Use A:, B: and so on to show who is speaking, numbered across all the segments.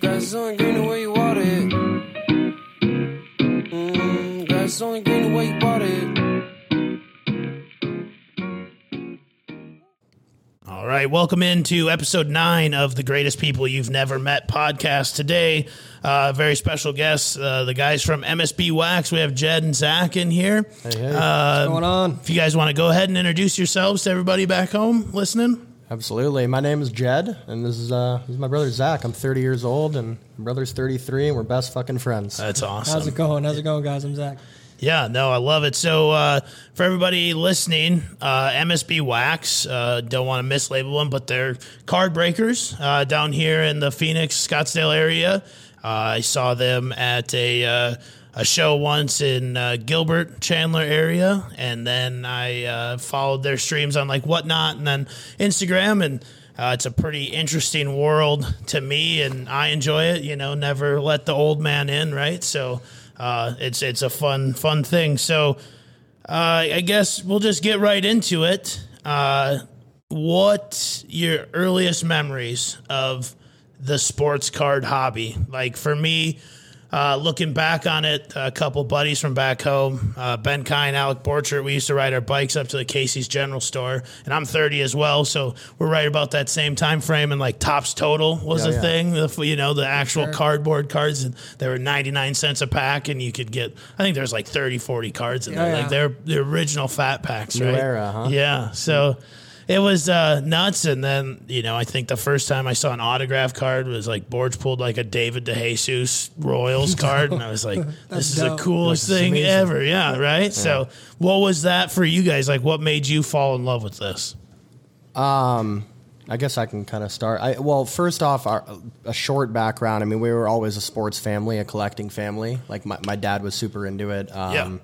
A: Grass only green the way you water it. Mm, grass only green the way you water it.
B: All right, welcome into episode nine of the Greatest People You've Never Met podcast. Today, uh, very special guests, uh, the guys from MSB Wax. We have Jed and Zach in here.
C: What's going on?
B: If you guys want to go ahead and introduce yourselves to everybody back home listening,
C: Absolutely. My name is Jed, and this is uh, this is my brother Zach. I'm 30 years old, and my brother's 33, and we're best fucking friends.
B: that's awesome.
D: How's it going? How's it going, guys? I'm Zach.
B: Yeah, no, I love it. So, uh, for everybody listening, uh, MSB Wax, uh, don't want to mislabel them, but they're card breakers uh, down here in the Phoenix, Scottsdale area. Uh, I saw them at a uh, a show once in uh, Gilbert, Chandler area, and then I uh, followed their streams on like whatnot, and then Instagram and. Uh, it's a pretty interesting world to me, and I enjoy it. You know, never let the old man in, right? So uh, it's it's a fun fun thing. So uh, I guess we'll just get right into it. Uh, what your earliest memories of the sports card hobby? Like for me, uh, looking back on it, a couple buddies from back home, uh, Ben Kine, Alec Borchert, we used to ride our bikes up to the Casey's General Store, and I'm 30 as well, so we're right about that same time frame. And like Tops Total was
C: Yeah,
B: a
C: yeah.
B: thing, if, you know, the actual cardboard cards, and they were 99 cents a pack, and you could get, I think there's like 30, 40 cards in there,
D: Yeah,
B: like
D: yeah.
B: they're the original fat packs,
C: New
B: right?
C: era, huh?
B: Yeah, so. It was uh, nuts, and then you know I think the first time I saw an autograph card was like Borge pulled like a David DeJesus Royals card, and I was like, "This is
D: dope.
B: the coolest thing ever!" Yeah, right. So, what was that for you guys? Like, what made you fall in love with this?
C: I guess I can kind of start. I, well, first off, our, a short background. I mean, we were always a sports family, a collecting family. Like my, my dad was super into it. Um,
B: Yeah.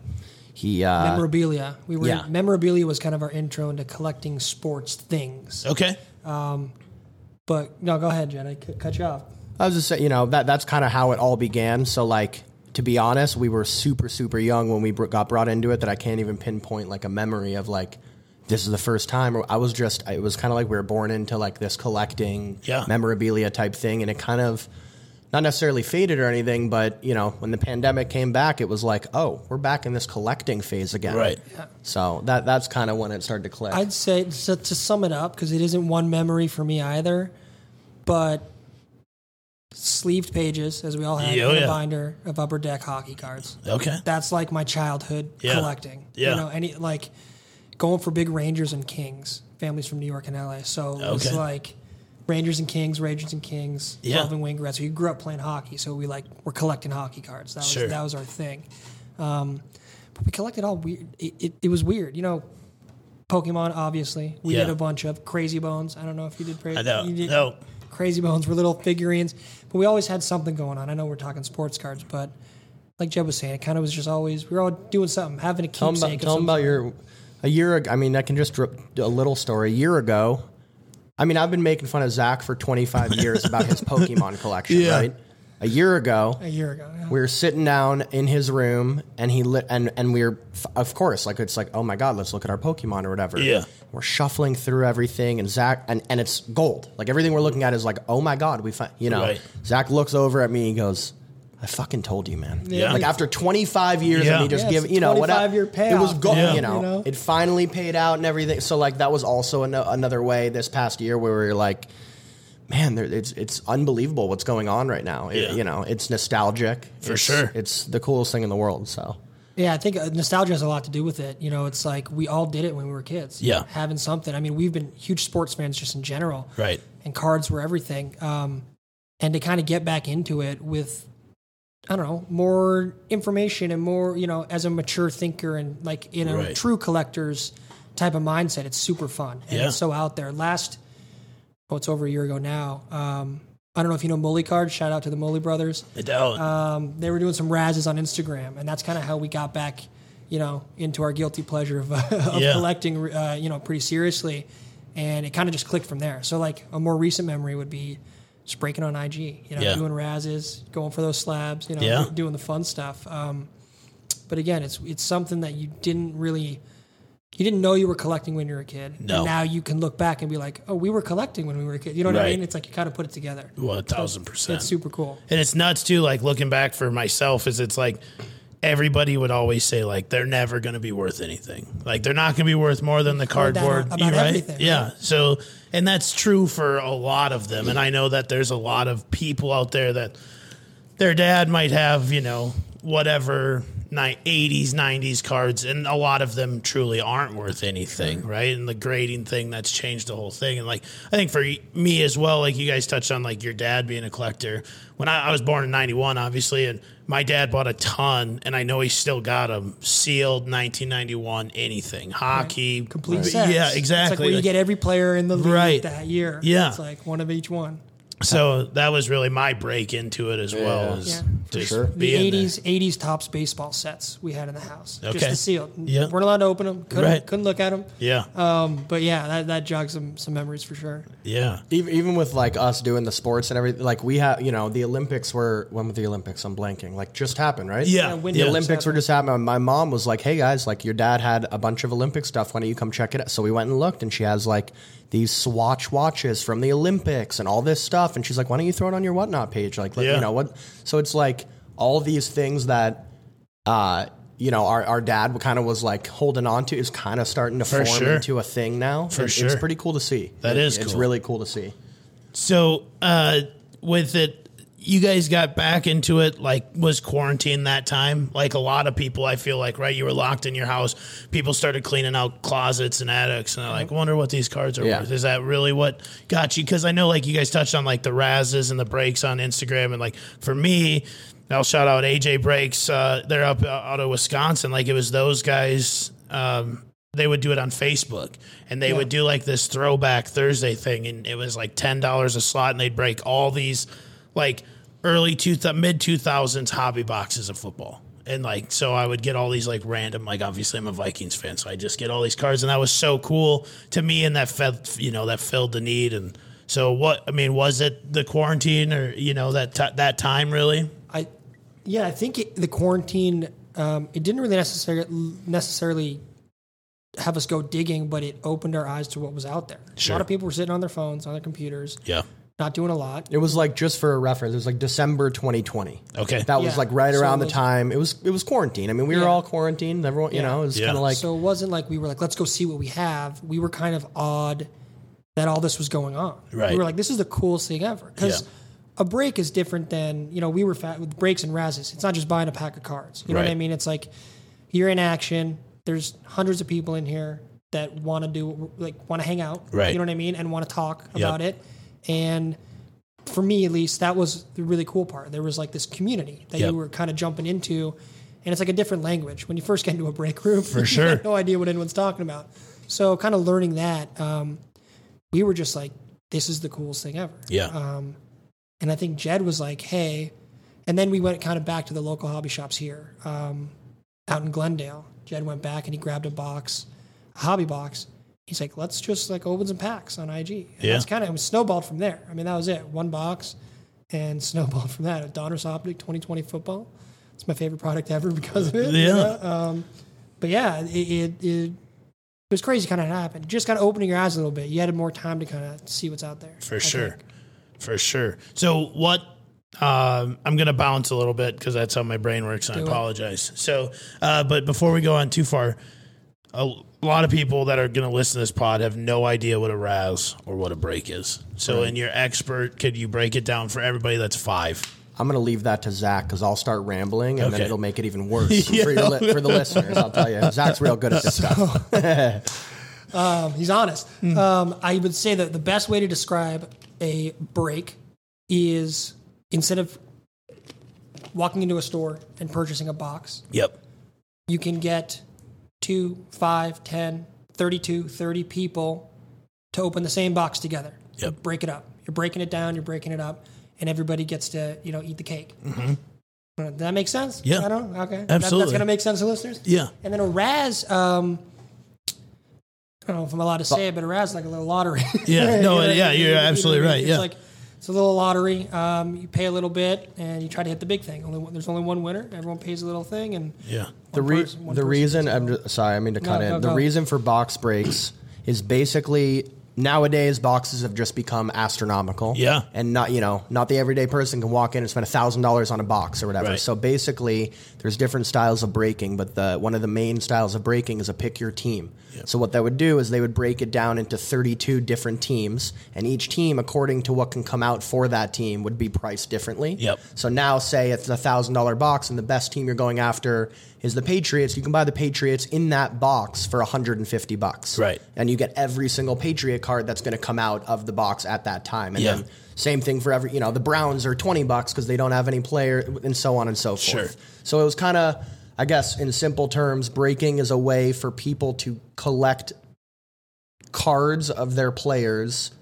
C: He uh,
D: Memorabilia. We were
C: yeah.
D: memorabilia was kind of our intro into collecting sports things.
B: Okay,
D: But no, go ahead, Jen. I cu- cut you off.
C: I was just saying, you know, that that's kind of how it all began. So, like, to be honest, we were super, super young when we br- got brought into it that I can't even pinpoint like a memory of like, this is the first time. Or I was just, it was kind of like we were born into like this collecting
B: Yeah.
C: memorabilia type thing. And it kind of, not necessarily faded or anything, but, you know, when the pandemic came back, it was like, oh, we're back in this collecting phase again.
B: Right.
C: So that that's kind of when it started to click.
D: I'd say to, to sum it up because it isn't one memory for me either, but sleeved pages as we all had
B: Yeah, oh
D: in
B: yeah.
D: a binder of upper deck hockey cards.
B: okay,
D: That's like my childhood
B: Yeah.
D: collecting.
B: Yeah.
D: You know, any like going for big Rangers and Kings. Families from New York and LA. So it was
B: Okay.
D: like Rangers and Kings, Rangers and Kings,
B: Yeah.
D: Love and Wingrets. We grew up playing hockey, so we like were collecting hockey cards. That was
B: Sure.
D: that was our thing. Um, but we collected all weird it, it, it was weird, you know. Pokemon, obviously. We
B: Yeah.
D: did a bunch of Crazy Bones. I don't know if you did Crazy
B: I know.
D: you did-
B: No.
D: Crazy Bones were little figurines, but we always had something going on. I know we're talking sports cards, but like Jeb was saying, it kind of was just always we were all doing something, having a
C: Tell 'em about,
D: keepsake. of
C: tell 'em
D: some
C: about your a year. ago. I mean, I can just drip a little story. A year ago, I mean, I've been making fun of Zach for 25 years about his Pokemon collection,
B: Yeah.
C: right? A year ago,
D: a year ago. yeah.
C: we were sitting down in his room, and he lit, and and we were, f- of course, like it's like, oh my god, let's look at our Pokemon or whatever.
B: Yeah.
C: we're shuffling through everything, and Zach, and and it's gold. Like everything we're looking at is like, oh my god, we find, you know.
B: Right.
C: Zach looks over at me, he goes. I fucking told you, man.
B: Yeah.
C: Like after 25 years
B: Yeah.
C: of me just
D: Yeah, it's
C: giving, you know,
D: 25
C: whatever.
D: year
C: It was
D: payoff,
C: gold,
B: Yeah.
C: you, know,
D: you know?
C: It finally paid out and everything. So like that was also an- another way this past year where we were like, man, there, it's it's unbelievable what's going on right now. It-
B: Yeah.
C: you know, it's nostalgic
B: For
C: It's-
B: sure.
C: It's the coolest thing in the world. So
D: Yeah, I think uh, nostalgia has a lot to do with it. You know, it's like we all did it when we were kids.
B: Yeah.
D: having something. I mean, we've been huge sports fans just in general,
B: right,
D: and cards were everything. Um, and to kind of get back into it with, I don't know, more information and more, you know, as a mature thinker and like in a
B: Right.
D: true collector's type of mindset, it's super fun and
B: Yeah.
D: it's so out there. Last, oh, it's over a year ago now. Um, I don't know if you know Mully Cards. Shout out to the Mully brothers
B: I don't.
D: um, they were doing some razzes on Instagram, and that's kind of how we got back, you know, into our guilty pleasure of, of
B: Yeah.
D: collecting, uh, you know, pretty seriously. And it kind of just clicked from there. So like a more recent memory would be just breaking on IG, you know,
B: Yeah.
D: doing razzes, going for those slabs, you know,
B: Yeah.
D: doing the fun stuff. Um, but again, it's it's something that you didn't really you didn't know you were collecting when you were a kid.
B: No.
D: And now you can look back and be like, oh, we were collecting when we were a kid. You know what I
B: Right.
D: mean? It's like you kind of put it together.
B: Well, a thousand percent.
D: It's super cool.
B: And it's nuts too. Like looking back for myself, is it's like everybody would always say like they're never going to be worth anything. Like they're not going to be worth more than the
D: Heard that
B: cardboard.
D: about
B: you right?
D: everything,
B: Yeah. So, and that's true for a lot of them. And I know that there's a lot of people out there that their dad might have, you know, whatever ni- 80s, 90s cards, and a lot of them truly aren't worth anything, right? And the grading thing that's changed the whole thing. And like, I think for y- me as well, like you guys touched on, like your dad being a collector. When I, I was born in 91, obviously, and my dad bought a ton, and I know he still got them sealed 1991, anything, hockey,
D: Complete
B: b-
D: sets.
B: Yeah,
D: It's
B: exactly.
D: like where you
B: Like-
D: get every player in the league
B: Right.
D: that year.
B: Yeah.
D: It's like one of each one.
B: so that was really my break into it as well.
C: Yeah.
B: As
D: Yeah.
C: For
B: just
C: sure. The
D: the
B: being there.
D: eighties eighties tops baseball sets we had in the house.
B: Okay.
D: Just the sealed.
B: Yeah.
D: weren't allowed to open them. Couldn't,
B: Right.
D: couldn't look at them.
B: Yeah.
D: Um, but yeah, that, that jogs some some memories for sure.
B: yeah.
C: Even, even with like us doing the sports and everything, like we have, you know, the Olympics were when were the Olympics? I'm blanking. Like just happened, right?
B: Yeah.
D: Yeah,
B: Yeah.
D: when
C: The
D: Yeah.
C: Olympics were just happening. My mom was like, "Hey guys, like your dad had a bunch of Olympic stuff. Why don't you come check it out?" So we went and looked, and she has like these Swatch watches from the Olympics and all this stuff. And she's like, "Why don't you throw it on your whatnot page? Like, let-
B: Yeah.
C: you know what?" So it's like all these things that, uh, you know, our our dad kind of was like holding on to is kind of starting to
B: For
C: form
B: sure.
C: into a thing now. For it's
B: sure.
C: pretty cool to see.
B: That
C: It-
B: is
C: it's
B: cool.
C: really cool to see.
B: So uh, with it, you guys got back into it. Like, was quarantine that time? Like a lot of people, I feel like, right? You were locked in your house. People started cleaning out closets and attics, and I like wonder what these cards are
C: Yeah.
B: worth. Is that really what got you? Because I know, like, you guys touched on like the razzes and the breaks on Instagram, and like for me. I'll shout out AJ Breaks. Uh, they're up out of Wisconsin. Like it was those guys um, they would do it on Facebook and they would do like this throwback Thursday thing and it was like $10 a slot and they'd break all these like early two mid 2000s hobby boxes of football. And like so I would get all these like random like obviously I'm a Vikings fan so I just get all these cards and that was so cool to me and that fed you know that filled the need and so what I mean was it the quarantine or you know that ti that time really?
D: I, yeah, I think it, the quarantine um, it didn't really necessarily necessarily have us go digging, but it opened our eyes to what was out there. A
B: Sure.
D: lot of people were sitting on their phones, on their computers,
B: Yeah.
D: not doing a lot.
C: It was like just for a reference. It was like December 2020.
B: Okay.
C: That
D: Yeah.
C: was like right
D: So
C: around
D: it
C: the
D: was-
C: time. It was it was quarantine. I mean, we were
D: Yeah.
C: all quarantined. Everyone, you
D: Yeah.
C: know, it was
B: Yeah.
C: kind of like
D: so it wasn't like we were like, let's go see what we have. We were kind of awed that all this was going on.
B: Right.
D: We were like, this is the coolest thing ever. Because
B: Yeah.
D: a break is different than, you know, we were fat with breaks and razzes. It's not just buying a pack of cards. You know what I
B: Right.
D: mean? It's like you're in action. There's hundreds of people in here that want to do, like, want to hang out.
B: Right.
D: You know what I mean? And want to talk
B: Yep.
D: about it. And for me at least, that was the really cool part. There was like this community that
B: Yep.
D: you were kind of jumping into, and it's like a different language. When you first get into a break room, for
B: sure.
D: no idea what anyone's talking about. So, kind of learning that, um, we were just like, this is the coolest thing ever.
B: Yeah.
D: Um, and I think Jed was like, hey, and then we went kind of back to the local hobby shops here, um, out in Glendale. Jed went back and he grabbed a box, a hobby box. He's like, let's just like open some packs on IG. And
B: Yeah.
D: That's kind of it was snowballed from there. I mean, that was it. One box and snowballed from that. Donner's Optic 2020 football. It's my favorite product ever because of it. you
B: Yeah.
D: know? Um, but yeah, it, it, it, it was crazy kind of happened. Just kind of opening your eyes a little bit. You had more time to kind of see what's out there.
B: for
D: I
B: sure
D: think.
B: for sure so what um, i'm gonna bounce a little bit because that's how my brain works and i
D: Do it.
B: apologize so uh, but before we go on too far a lot of people that are going to listen to this pod have no idea what a raz or what a break is so in your expert could you break it down for everybody that's five
C: I'm gonna leave that to Zach because I'll start rambling and
B: Okay.
C: then it'll make it even worse for, your li- for the listeners. I'll tell you, Zach's real good at this stuff.
D: He's honest.
B: Hmm.
D: Um, I would say that the best way to describe a break is instead of walking into a store and purchasing a box,
B: yep
D: you can get two, five, 10, 32, 30 people to open the same box together.
B: Yep.
D: Break it up. You're breaking it down, you're breaking it up, and everybody gets to, you know, eat the cake. Mm-hmm. Does that make sense?
B: Yeah.
D: I don't Okay. That-
B: Absolutely.
D: that's going to make sense to listeners?
B: yeah
D: And then a Raz, um, I don't know if I'm allowed to say it, but a Raz is like a little lottery.
B: Yeah, no,
D: what I
B: yeah,
D: mean?
B: you're
D: You know what I
B: absolutely
D: mean?
B: right,
D: It's
B: yeah.
D: like It's a little lottery. Um, you pay a little bit and you try to hit the big thing. Only one- there's only one winner. Everyone pays a little thing, and
B: Yeah.
C: the,
D: one
C: re-
D: person- one
C: the
D: person
C: reason
D: gets
C: I'm
D: it.
C: ju- sorry, I mean to cut
D: No,
C: in.
D: no,
C: the
D: go.
C: reason for box breaks is basically nowadays boxes have just become astronomical.
B: Yeah.
C: and not you know not the everyday person can walk in and spend thousand dollars on a box or whatever.
B: Right.
C: So basically, there's different styles of breaking, but the one of the main styles of breaking is a pick your team. So what that would do is they would break it down into 32 different teams, and each team, according to what can come out for that team, would be priced differently.
B: Yep.
C: So now, say it's a thousand dollar box, and the best team you're going after is the Patriots. You can buy the Patriots in that box for 150 bucks,
B: Right.
C: And you get every single Patriot card that's going to come out of the box at that time. And
B: Yeah.
C: then same thing for every, you know, the Browns are 20 bucks because they don't have any player, and so on and so forth.
B: Sure.
C: So it was kind of, I guess, in simple terms, breaking is a way for people to collect cards of their players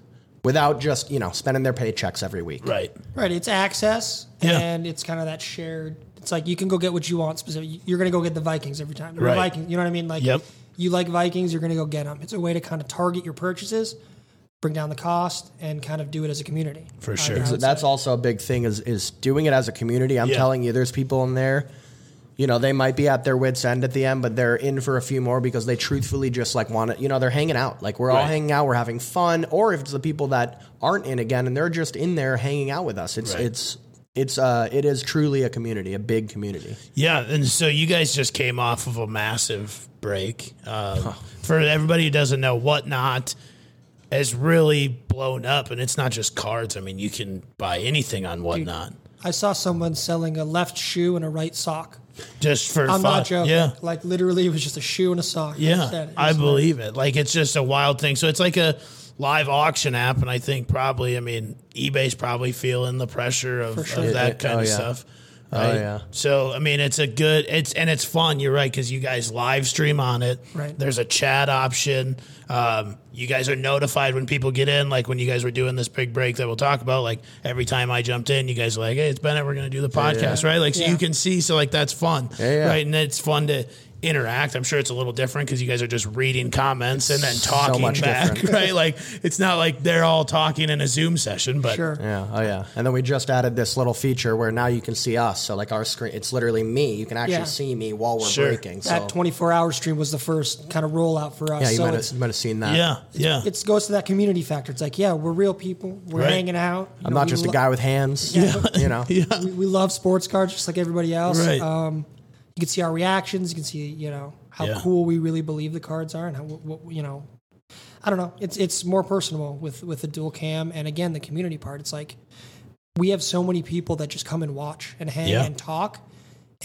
C: without just you know spending their paychecks every week.
B: Right.
D: Right. It's access,
B: Yeah.
D: and it's kind of that shared. It's like you can go get what you want. Specific. You're going to go get the Vikings every time. You're
B: Right.
D: a Viking. You know what I mean? Like
B: Yep.
D: you like Vikings, you're going to go get them. It's a way to kind of target your purchases, bring down the cost, and kind of do it as a community.
B: For
D: I-
B: sure.
D: I would
B: Exa-
D: say.
C: that's also a big thing is is doing it as a community. I'm
B: Yeah.
C: telling you, there's people in there. You know, they might be at their wits' end at the end, but they're in for a few more because they truthfully just like want to. You know, they're hanging out. Like we're all
B: Right.
C: hanging out, we're having fun. Or if it's the people that aren't in again and they're just in there hanging out with us, it's
B: Right.
C: it's it's uh it is truly a community, a big community.
B: Yeah, and so you guys just came off of a massive break. Um, For everybody who doesn't know, whatnot has really blown up, and it's not just cards. I mean, you can buy anything on whatnot
D: I saw someone selling a left shoe and a right sock.
B: just for
D: I'm
B: fun.
D: not joking.
B: Yeah,
D: Like literally, it was just a shoe and a sock. That's
B: yeah,
D: it. It
B: I
D: was-
B: believe it. Like it's just a wild thing. So it's like a live auction app, and I think probably, I mean, eBay's probably feeling the pressure of,
D: sure.
B: of that
C: It- it-
B: kind
C: oh,
B: of
C: yeah.
B: stuff.
C: Oh,
B: right?
C: yeah.
B: So I mean, it's a good. It's and it's fun. You're right because you guys live stream on it.
D: Right.
B: There's a chat option. Um, you guys are notified when people get in. Like when you guys were doing this big break that we'll talk about. Like every time I jumped in, you guys were like, "Hey, it's Bennett. We're gonna do the podcast, right?" Like so
D: Yeah.
B: you can see. So like that's fun,
C: Yeah, yeah.
B: right? And it's fun to interact. I'm sure it's a little different because you guys are just reading comments and then
C: so
B: talking
C: much
B: back,
C: different.
B: right? Like it's not like they're all talking in a Zoom session, but
D: Sure.
C: Yeah, oh yeah. And then we just added this little feature where now you can see us. So like our screen, it's literally me. You can actually
D: Yeah.
C: see me while we're
B: Sure.
C: breaking. So
D: That 24 hour stream was the first kind of rollout for us.
C: yeah, you
D: so
C: might
D: it's,
C: have, might have seen that.
B: yeah, yeah.
D: it goes to that community factor. It's like, yeah, we're real people. We're
B: Right.
D: hanging out. You
C: I'm
D: know,
C: not
D: we
C: just a
D: lo-
C: guy with hands. You know.
D: We, we love sports cards just like everybody else.
B: Right.
D: Um, you can see our reactions. You can see, you know, how
B: Yeah.
D: cool we really believe the cards are, and how what, what- you know, I don't know. It's it's more personal with with the dual cam, and again, the community part. It's like we have so many people that just come and watch and hang
B: Yeah.
D: and talk,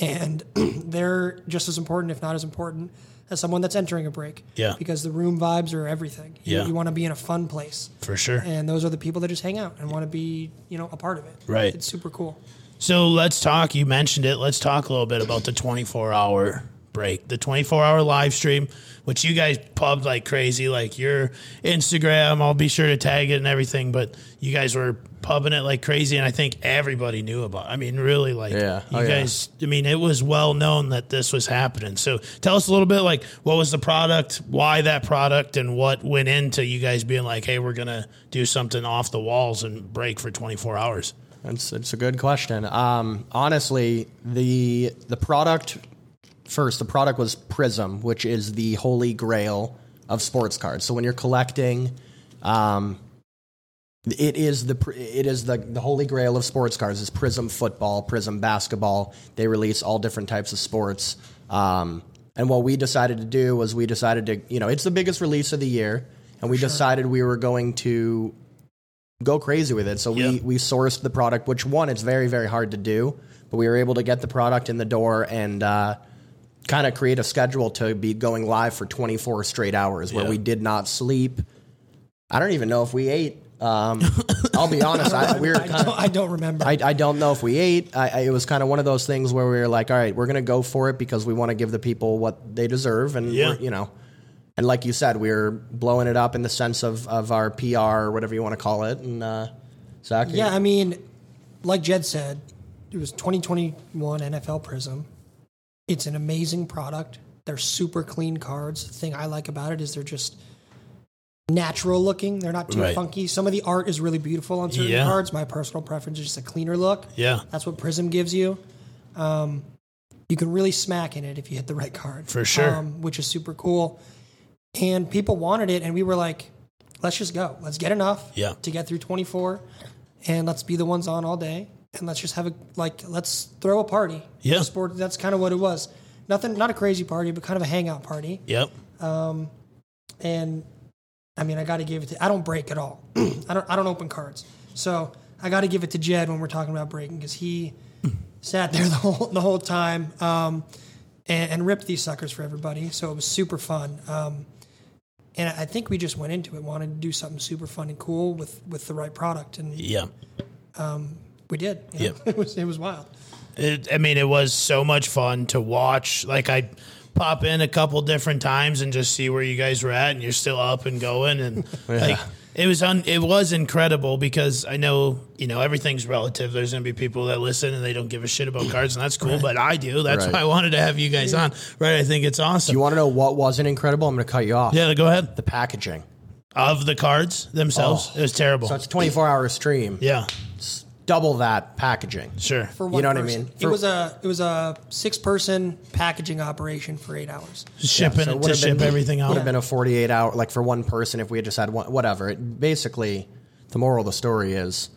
D: and they're just as important, if not as important, as someone that's entering a break.
B: Yeah.
D: Because the room vibes are everything. You-
B: Yeah.
D: You want to be in a fun place.
B: for sure.
D: and those are the people that just hang out and want to be you know a part of it
B: Right.
D: it's super cool
B: So let's talk. You mentioned it. Let's talk a little bit about the 24 hour break, the 24 hour live stream, which you guys pubbed like crazy. Like your Instagram, I'll be sure to tag it and everything, but you guys were pubbing it like crazy. And I think everybody knew about I mean, really, like,
C: Yeah.
B: you
C: Oh, yeah.
B: guys, I mean, it was well known that this was happening. So tell us a little bit like, what was the product, why that product, and what went into you guys being like, hey, we're going to do something off the walls and break for 24 hours?
C: That's it's a good question. Um, honestly, the the product first, the product was Prism, which is the holy grail of sports cards. So when you're collecting, um, it is the pr- it is the the holy grail of sports cards. Is Prism football, Prism basketball. They release all different types of sports. Um, and what we decided to do was we decided to you know it's the biggest release of the year, and we decided we were going to go crazy with it. So we
B: Yeah.
C: we sourced the product, which one it's very very hard to do, but we were able to get the product in the door and uh, kind of create a schedule to be going live for 24 straight hours where
B: Yeah.
C: we did not sleep. I don't even know if we ate. Um, I'll be honest, I, we were
D: I
C: kind
D: don't,
C: of.
D: I don't remember
C: I, I don't know if we ate. I, I, it was kind of one of those things where we were like, all right, we're going to go for it because we want to give the people what they deserve. And,
B: Yeah.
C: we're, you know, and like you said, we were blowing it up in the sense of, of our PR or whatever you want to call it. And, uh, Zach,
D: yeah i mean like jed said it was 2021 nfl prism it's an amazing product they're super clean cards the thing i like about it is they're just natural looking. They're not too
B: Right.
D: funky. Some of the art is really beautiful on certain
B: Yeah.
D: cards. My personal preference is just a cleaner look.
B: Yeah,
D: That's what Prism gives you. Um, you can really smack in it if you hit the right card.
B: For sure.
D: Um, which is super cool. And people wanted it, and we were like, let's just go. Let's get enough
B: Yeah.
D: to get through 24, and let's be the ones on all day. And let's just have a, like, let's throw a party.
B: Yeah.
D: Sport, that's kind of what it was. Nothing, not a crazy party, but kind of a hangout party
B: yep,
D: and I mean, I got to give it to. I don't break at all. I don't. I don't open cards. So I got to give it to Jed when we're talking about breaking because he sat there the whole the whole time um, and, and ripped these suckers for everybody. So it was super fun. Um, and I think we just went into it wanted to do something super fun and cool with with the right product, and
B: yeah.
D: we did. you know?
B: Yeah.
D: it was it was wild.
B: It, I mean, it was so much fun to watch. Like I pop in a couple different times and just see where you guys were at, and you're still up and going, and like it was un, it was incredible because I know you know everything's relative. There's gonna be people that listen and they don't give a shit about cards, and that's cool. But I do. That's
C: Right.
B: why I wanted to have you guys on. Right? I think it's awesome.
C: You want to know what wasn't incredible? I'm going to cut you off.
B: yeah, go ahead.
C: The packaging.
B: Of the cards themselves,
C: Oh.
B: it was terrible.
C: So it's a 24 hour stream.
B: yeah,
C: Double that packaging.
B: sure.
D: For
C: You
D: one
C: know what I
D: person.
C: mean?
D: it
C: For-
D: was a it was a six person packaging operation for eight hours.
B: Shipping
C: So it
B: it to
C: would've
B: ship
C: been-
B: everything
C: Would have
B: out.
C: been a 48 hour, like for one person, if we had just had one, whatever. It basically, the moral of the story is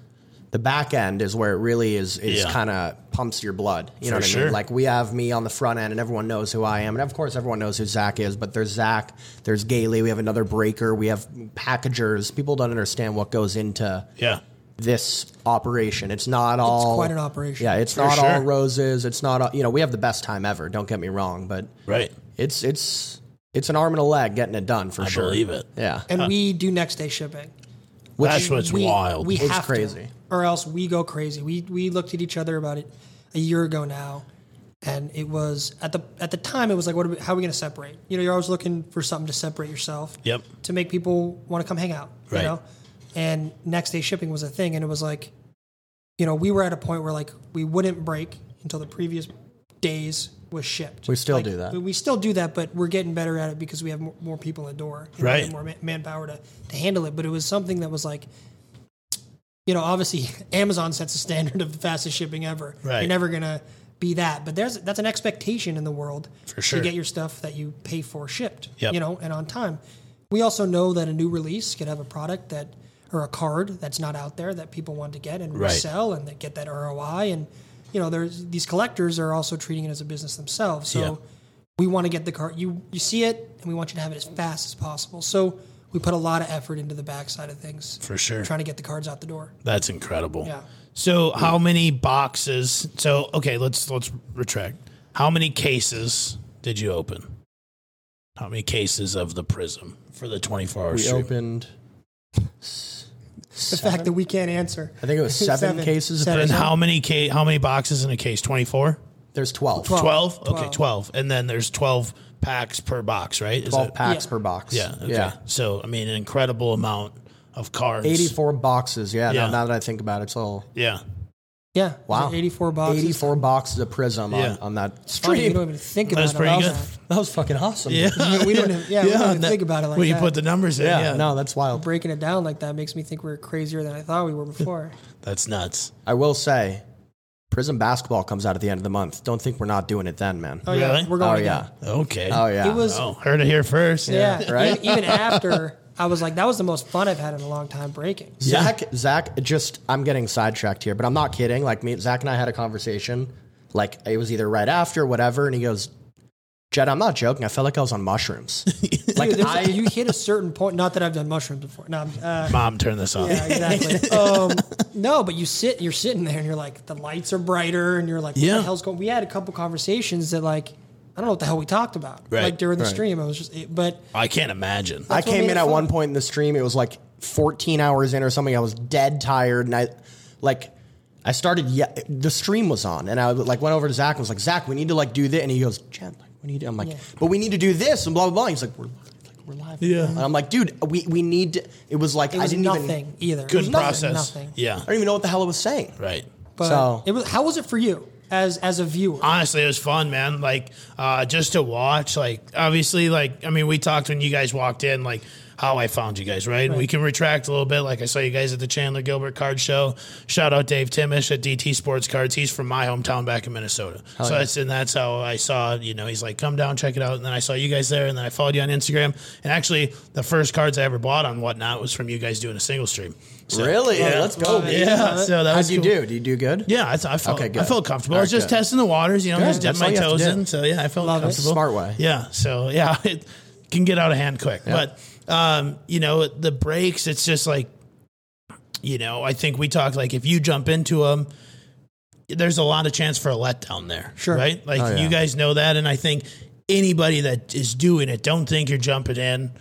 C: the back end is where it really is, is
B: Yeah.
C: kind of pumps your blood. You
B: For
C: know what I
B: sure.
C: mean? Like we have me on the front end and everyone knows who I am. And of course, everyone knows who Zach is, but there's Zach, there's Gailey, we have another breaker, we have packagers. People don't understand what goes into
B: Yeah,
C: this operation. It's not all
D: quite an operation.
C: Yeah, it's not
B: sure.
C: all roses. It's not all, you know, we have the best time ever, don't get me wrong, but
B: right.
C: it's it's it's an arm and a leg getting it done for
B: I
C: sure.
B: believe it.
C: Yeah.
D: And we do next day shipping.
B: that's what's
D: we,
B: wild.
D: We
C: It's
D: have
C: crazy.
D: to, or else we go crazy. We we looked at each other about it a year ago now, and it was at the at the time it was like, what? Are we, how are we going to separate? You know, you're always looking for something to separate yourself.
B: Yep.
D: To make people want to come hang out.
B: Right.
D: You know, and next day shipping was a thing, and it was like, you know, we were at a point where like we wouldn't break until the previous days was shipped.
C: We still
D: Like,
C: do that.
D: We, we still do that, but we're getting better at it because we have more, more people in the door. and we
B: Right.
D: have More ma- manpower to, to handle it. But it was something that was like, you know, obviously Amazon sets the standard of the fastest shipping ever.
B: Right.
D: You're never gonna be that, but there's that's an expectation in the world
B: For sure.
D: to get your stuff that you pay for shipped.
B: Yep.
D: You know, and on time. We also know that a new release could have a product that or a card that's not out there that people want to get and
B: Right.
D: resell and that get that ROI and you know there's these collectors are also treating it as a business themselves. So
B: Yeah.
D: we want to get the card you you see it and we want you to have it as fast as possible. So we put a lot of effort into the back side of things.
B: For sure.
D: Trying to get the cards out the door.
B: That's incredible.
D: Yeah.
B: So how many boxes? So okay, let's let's retract. How many cases did you open? How many cases of the prism for the twenty four hour
C: We
B: stream?
C: opened
D: the fact that we can't answer.
C: I think it was seven, cases.
D: Seven.
B: And how many ca- how many boxes in a case? 24?
C: There's 12. 12,
D: 12.
B: 12? Okay,
D: Oh, Twelve.
B: 12. And then there's 12 packs per box, right? Is that-
C: packs
D: Yeah.
C: per box.
B: Yeah. Okay.
C: Yeah.
B: So I mean an incredible amount of cards.
C: 84 boxes. Yeah, now-
B: Yeah.
C: Now, that I think about it, it's all
B: Yeah.
D: Yeah.
C: wow.
D: Wow. 84 boxes.
C: 84 boxes of Prism
B: Yeah.
C: on, on that
D: Funny,
C: stream.
D: we don't even think about
B: That's
D: it.
B: pretty
D: That
B: good.
D: was-
C: that was fucking awesome.
B: Yeah.
C: dude.
D: we don't even- yeah, we don't even
B: that-
D: think about it like
B: when
D: that.
B: you put the numbers in.
C: Yeah,
B: Yeah.
C: no, that's wild.
D: Breaking it down like that makes me think we're crazier than I thought we were before.
B: That's nuts.
C: I will say, Prism basketball comes out at the end of the month. Don't think we're not doing it then, man.
D: Oh,
C: Oh,
D: yeah.
B: Really?
D: We're going
C: yeah.
D: again.
B: Okay.
C: Oh, yeah.
D: It was,
B: Oh, heard it here first.
D: yeah.
C: right?
D: e- Even after, I was like, that was the most fun I've had in a long time breaking.
B: Yeah.
C: Zach, Zach, it just I'm getting sidetracked here, but I'm not kidding. Like me, Zach and I had a conversation. Like it was either right after, whatever, and he goes, "Jed, I'm not joking. I felt like I was on mushrooms. like
D: Dude, there's-
C: I,
D: you hit a certain point. Not that I've done mushrooms before. No, I'm- uh,
B: Mom, turn this off.
D: yeah, exactly. um, no, but you sit, you're sitting there, and you're like, the lights are brighter, and you're like, what
B: Yeah.
D: the hell's going? We had a couple conversations that like, I don't know what the hell we talked about.
B: Right.
D: Like during the
C: Right.
D: stream, I was just, it, but
B: I can't imagine.
C: I
D: what
C: came
D: made
C: in
D: it
C: at
D: fun.
C: one point in the stream. It was like 14 hours in or something. I was dead tired, and I like I started. Yeah, the stream was on, and I like went over to Zach and was like, "Zach, we need to like do this," and he goes, "Jed, like we need." To, I'm like,
D: Yeah.
C: "But we need to do this," and blah blah blah. He's like, "We're live, like we're live."
B: Yeah.
C: and I'm like, "Dude, we we need." To, it was like
D: it
C: I
D: was
C: didn't
D: nothing
C: even.
D: either. It was
B: Good
D: nothing,
B: process.
D: Nothing.
B: Yeah.
C: I don't even know what the hell it was saying.
B: Right.
D: But
C: So-
D: it was, how was it for you as as a viewer?
B: Honestly, it was fun, man. Like, uh, just to watch, like, obviously, like, I mean, we talked when you guys walked in, like, how I found you guys, right? We can retract a little bit. Like I saw you guys at the Chandler Gilbert Card Show. Shout out Dave Timish at DT Sports Cards. He's from my hometown back in Minnesota. so that's and that's how I saw. You know, he's like, come down, check it out. And then I saw you guys there, and then I followed you on Instagram. And actually, the first cards I ever bought on whatnot was from you guys doing a single stream. So,
C: really? Yeah, let's go.
D: Love it.
B: Yeah. So that
C: How'd
B: was
C: you
B: cool.
C: do? Do you do good?
B: Yeah, I, th- I felt
C: Okay, good.
B: I felt comfortable. I
C: All
B: was
C: right,
B: just
C: good.
B: testing the waters, you know, just
C: That's
B: dipped
C: all
B: my
C: you have to
B: toes
C: do.
B: in. So yeah, I felt
D: Love it.
B: comfortable.
C: Smart way.
B: Yeah. So yeah, it can get out of hand quick. But um, you know, the breaks, it's just like you know, I think we talked like if you jump into them, there's a lot of chance for a letdown there.
D: Sure.
B: Right? Like
C: Oh, yeah.
B: you guys know that. And I think anybody that is doing it, don't think you're jumping in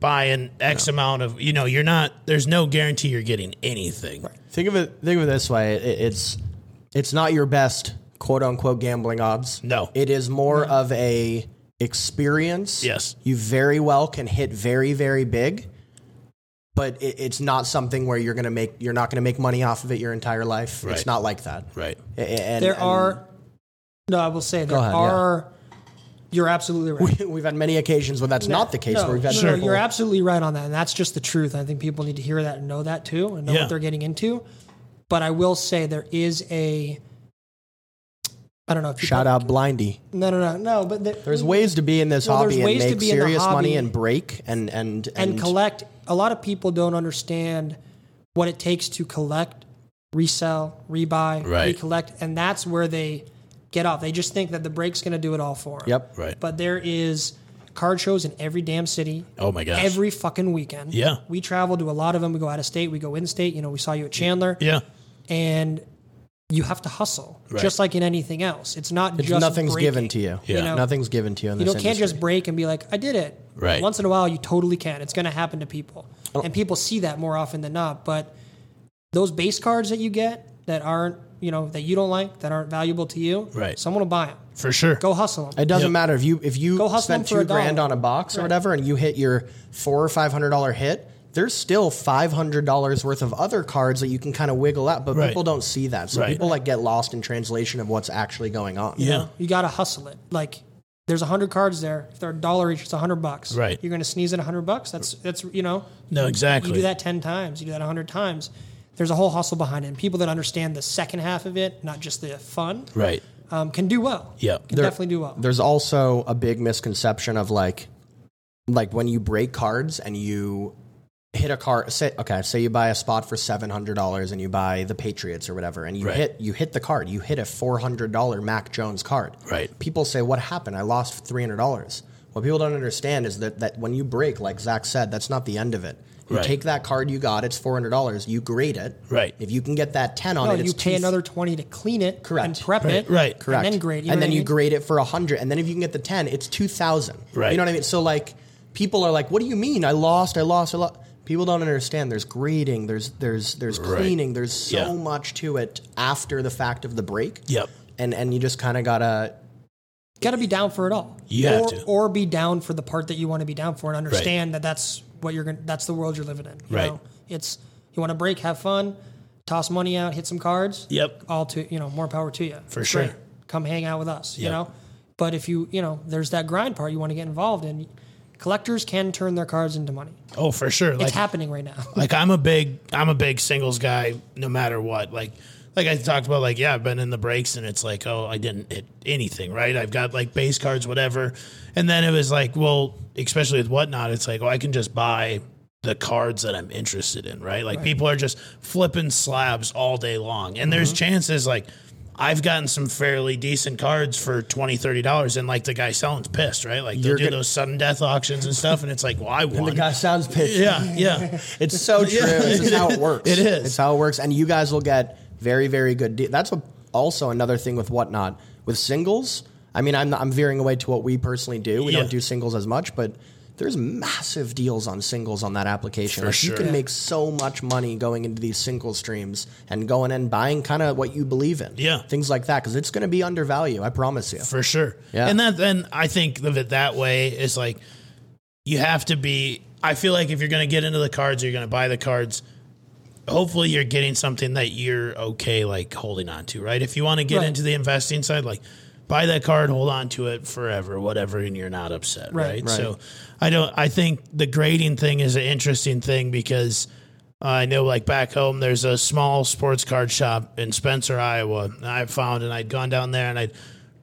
B: buying X amount of, you know, you're not, there's no guarantee you're getting anything.
C: Think of it. Think of it this way. It, it's it's not your best quote unquote gambling odds.
B: No.
C: it is more of a experience.
B: Yes.
C: you very well can hit very very big, but it, it's not something where you're gonna make you're not gonna make money off of it your entire life.
B: Right.
C: It's not like that.
B: Right.
C: A- a- And,
D: there
C: and
D: are. No, I will say there
C: ahead, yeah.
D: are. You're absolutely right.
C: we've had many occasions where that's not the case.
D: No,
C: where we've had
D: no, no,
C: people-
D: you're absolutely right on that, and that's just the truth. I think people need to hear that and know that too, and know
B: Yeah.
D: what they're getting into. But I will say there is a. I don't know if you
C: shout out blindy.
D: No, no, no, no. But there-
C: There's ways to be in this
D: No, there's
C: hobby and
D: ways to
C: make
D: be in the
C: serious money
D: hobby.
C: and break and and
D: and collect. A lot of people don't understand what it takes to collect, resell, rebuy,
B: Right.
D: recollect, and that's where they get off. They just think that the break's going to do it all for them.
C: Yep.
B: Right.
D: But there is card shows in every damn city.
B: Oh my gosh.
D: Every fucking weekend.
B: Yeah.
D: We travel to a lot of them. We go out of state. We go in state. You know, we saw you at Chandler.
B: yeah.
D: And you have to hustle,
B: Right.
D: just like in anything else. It's not
C: It's
D: just
C: nothing's
D: breaking.
C: given to you.
B: Yeah. You know,
C: nothing's given to you. In
D: You
C: this
D: know, can't
C: industry.
D: just break and be like, I did it.
B: Right. Oh.
D: Once in a while, you totally can. It's going to happen to people. And people see that more often than not. But those base cards that you get that aren't, you know, that you don't like, that aren't valuable to you,
B: Right.
D: someone will buy them.
B: For sure.
D: Go hustle them.
C: It doesn't
B: Yep.
C: matter if you if you
D: Go hustle
C: spent
D: them for
C: two
D: a dollar.
C: grand on a box or
D: Right.
C: whatever, and you hit your four or five hundred dollar hit. There's still five hundred dollars worth of other cards that you can kind of wiggle out, but
B: Right.
C: people don't see that. So
B: Right.
C: people like get lost in translation of what's actually going on.
B: yeah.
D: You got to hustle it. Like there's a hundred cards there. If they're a dollar each, it's a hundred bucks.
B: Right.
D: You're going to sneeze at a hundred bucks. That's that's you know.
B: No, exactly.
D: You do that ten times. You do that a hundred times. There's a whole hustle behind it. And people that understand the second half of it, not just the fun,
B: Right.
D: um, can do well.
B: Yeah.
D: Can
C: There-
D: definitely do well.
C: There's also a big misconception of like, like when you break cards and you hit a card. Say okay, say you buy a spot for seven hundred dollars and you buy the Patriots or whatever, and you
B: Right.
C: hit you hit the card. You hit a four hundred dollar Mac Jones card.
B: Right.
C: People say, "What happened? I lost three hundred dollars." What people don't understand is that that when you break, like Zach said, that's not the end of it. You
B: Right.
C: take that card you got, it's four hundred dollars. You grade it.
B: Right.
C: If you can get that ten on
D: No,
C: it, it's
D: Oh, you pay
C: 250.
D: another twenty to clean it,
C: Correct.
D: and prep
B: Right,
D: it,
B: right.
C: Correct.
D: and then grade, you know
C: and
D: what
C: then
D: I
C: you
D: mean?
C: grade it for a hundred, and then if you can get the ten, it's two thousand.
B: Right.
C: You know what I mean? So like, people are like, "What do you mean? I lost. I lost. I lost." People don't understand. There's grading. There's there's there's
B: Right.
C: cleaning. There's so
B: Yeah.
C: much to it after the fact of the break.
B: Yep.
C: And and you just kind of gotta
D: Got to be down for it all.
B: You
D: or,
B: have to.
D: or be down for the part that you want to be down for, and understand that that's what you're going. to That's the world you're living in. You
B: Right.
D: Know? It's you want to break, have fun, toss money out, hit some cards.
B: Yep.
D: All to you know, more power to you.
B: For sure.
D: Come hang out with us. You
B: Yep.
D: know. But if you you know, there's that grind part you want to get involved in. Collectors can turn their cards into money.
B: Oh, for sure.
D: It's
B: Like
D: happening right now.
B: like I'm a big I'm a big singles guy no matter what. Like like I talked about like yeah, I've been in the breaks and it's like, oh, I didn't hit anything, right? I've got like base cards whatever. And then it was like, well, especially with whatnot, it's like, well, I can just buy the cards that I'm interested in, right? Like people are just flipping slabs all day long. And there's chances like I've gotten some fairly decent cards for 20 $30, and like the guy selling's pissed, right? Like they'll
C: You're
B: do
C: gonna-
B: those sudden death auctions and stuff, and it's like, well, I won.
C: sounds pissed.
B: yeah, yeah.
C: It's so true. This is how it works.
B: It is.
C: It's how it works, and you guys will get very, very good. De- That's a, also another thing with whatnot with singles. I mean, I'm not, I'm veering away to what we personally do. We
B: Yeah.
C: don't do singles as much, but there's massive deals on singles on that application.
B: For
C: like you
B: sure.
C: can make so much money going into these single streams and going and buying kind of what you believe in.
B: Yeah.
C: things like that because it's going to be undervalued. I promise you.
B: for sure.
C: Yeah.
B: And that then I think of it that way is like you have to be I feel like if you're gonna get into the cards or you're gonna buy the cards, hopefully you're getting something that you're okay like holding on to, right? If you want to get
D: Right.
B: into the investing side, like buy that card, hold on to it forever, whatever, and you're not upset,
D: Right.
B: right?
C: Right.
B: So I don't. I think the grading thing is an interesting thing because I know, like back home, there's a small sports card shop in Spencer, Iowa. and I found, and I'd gone down there, and I'd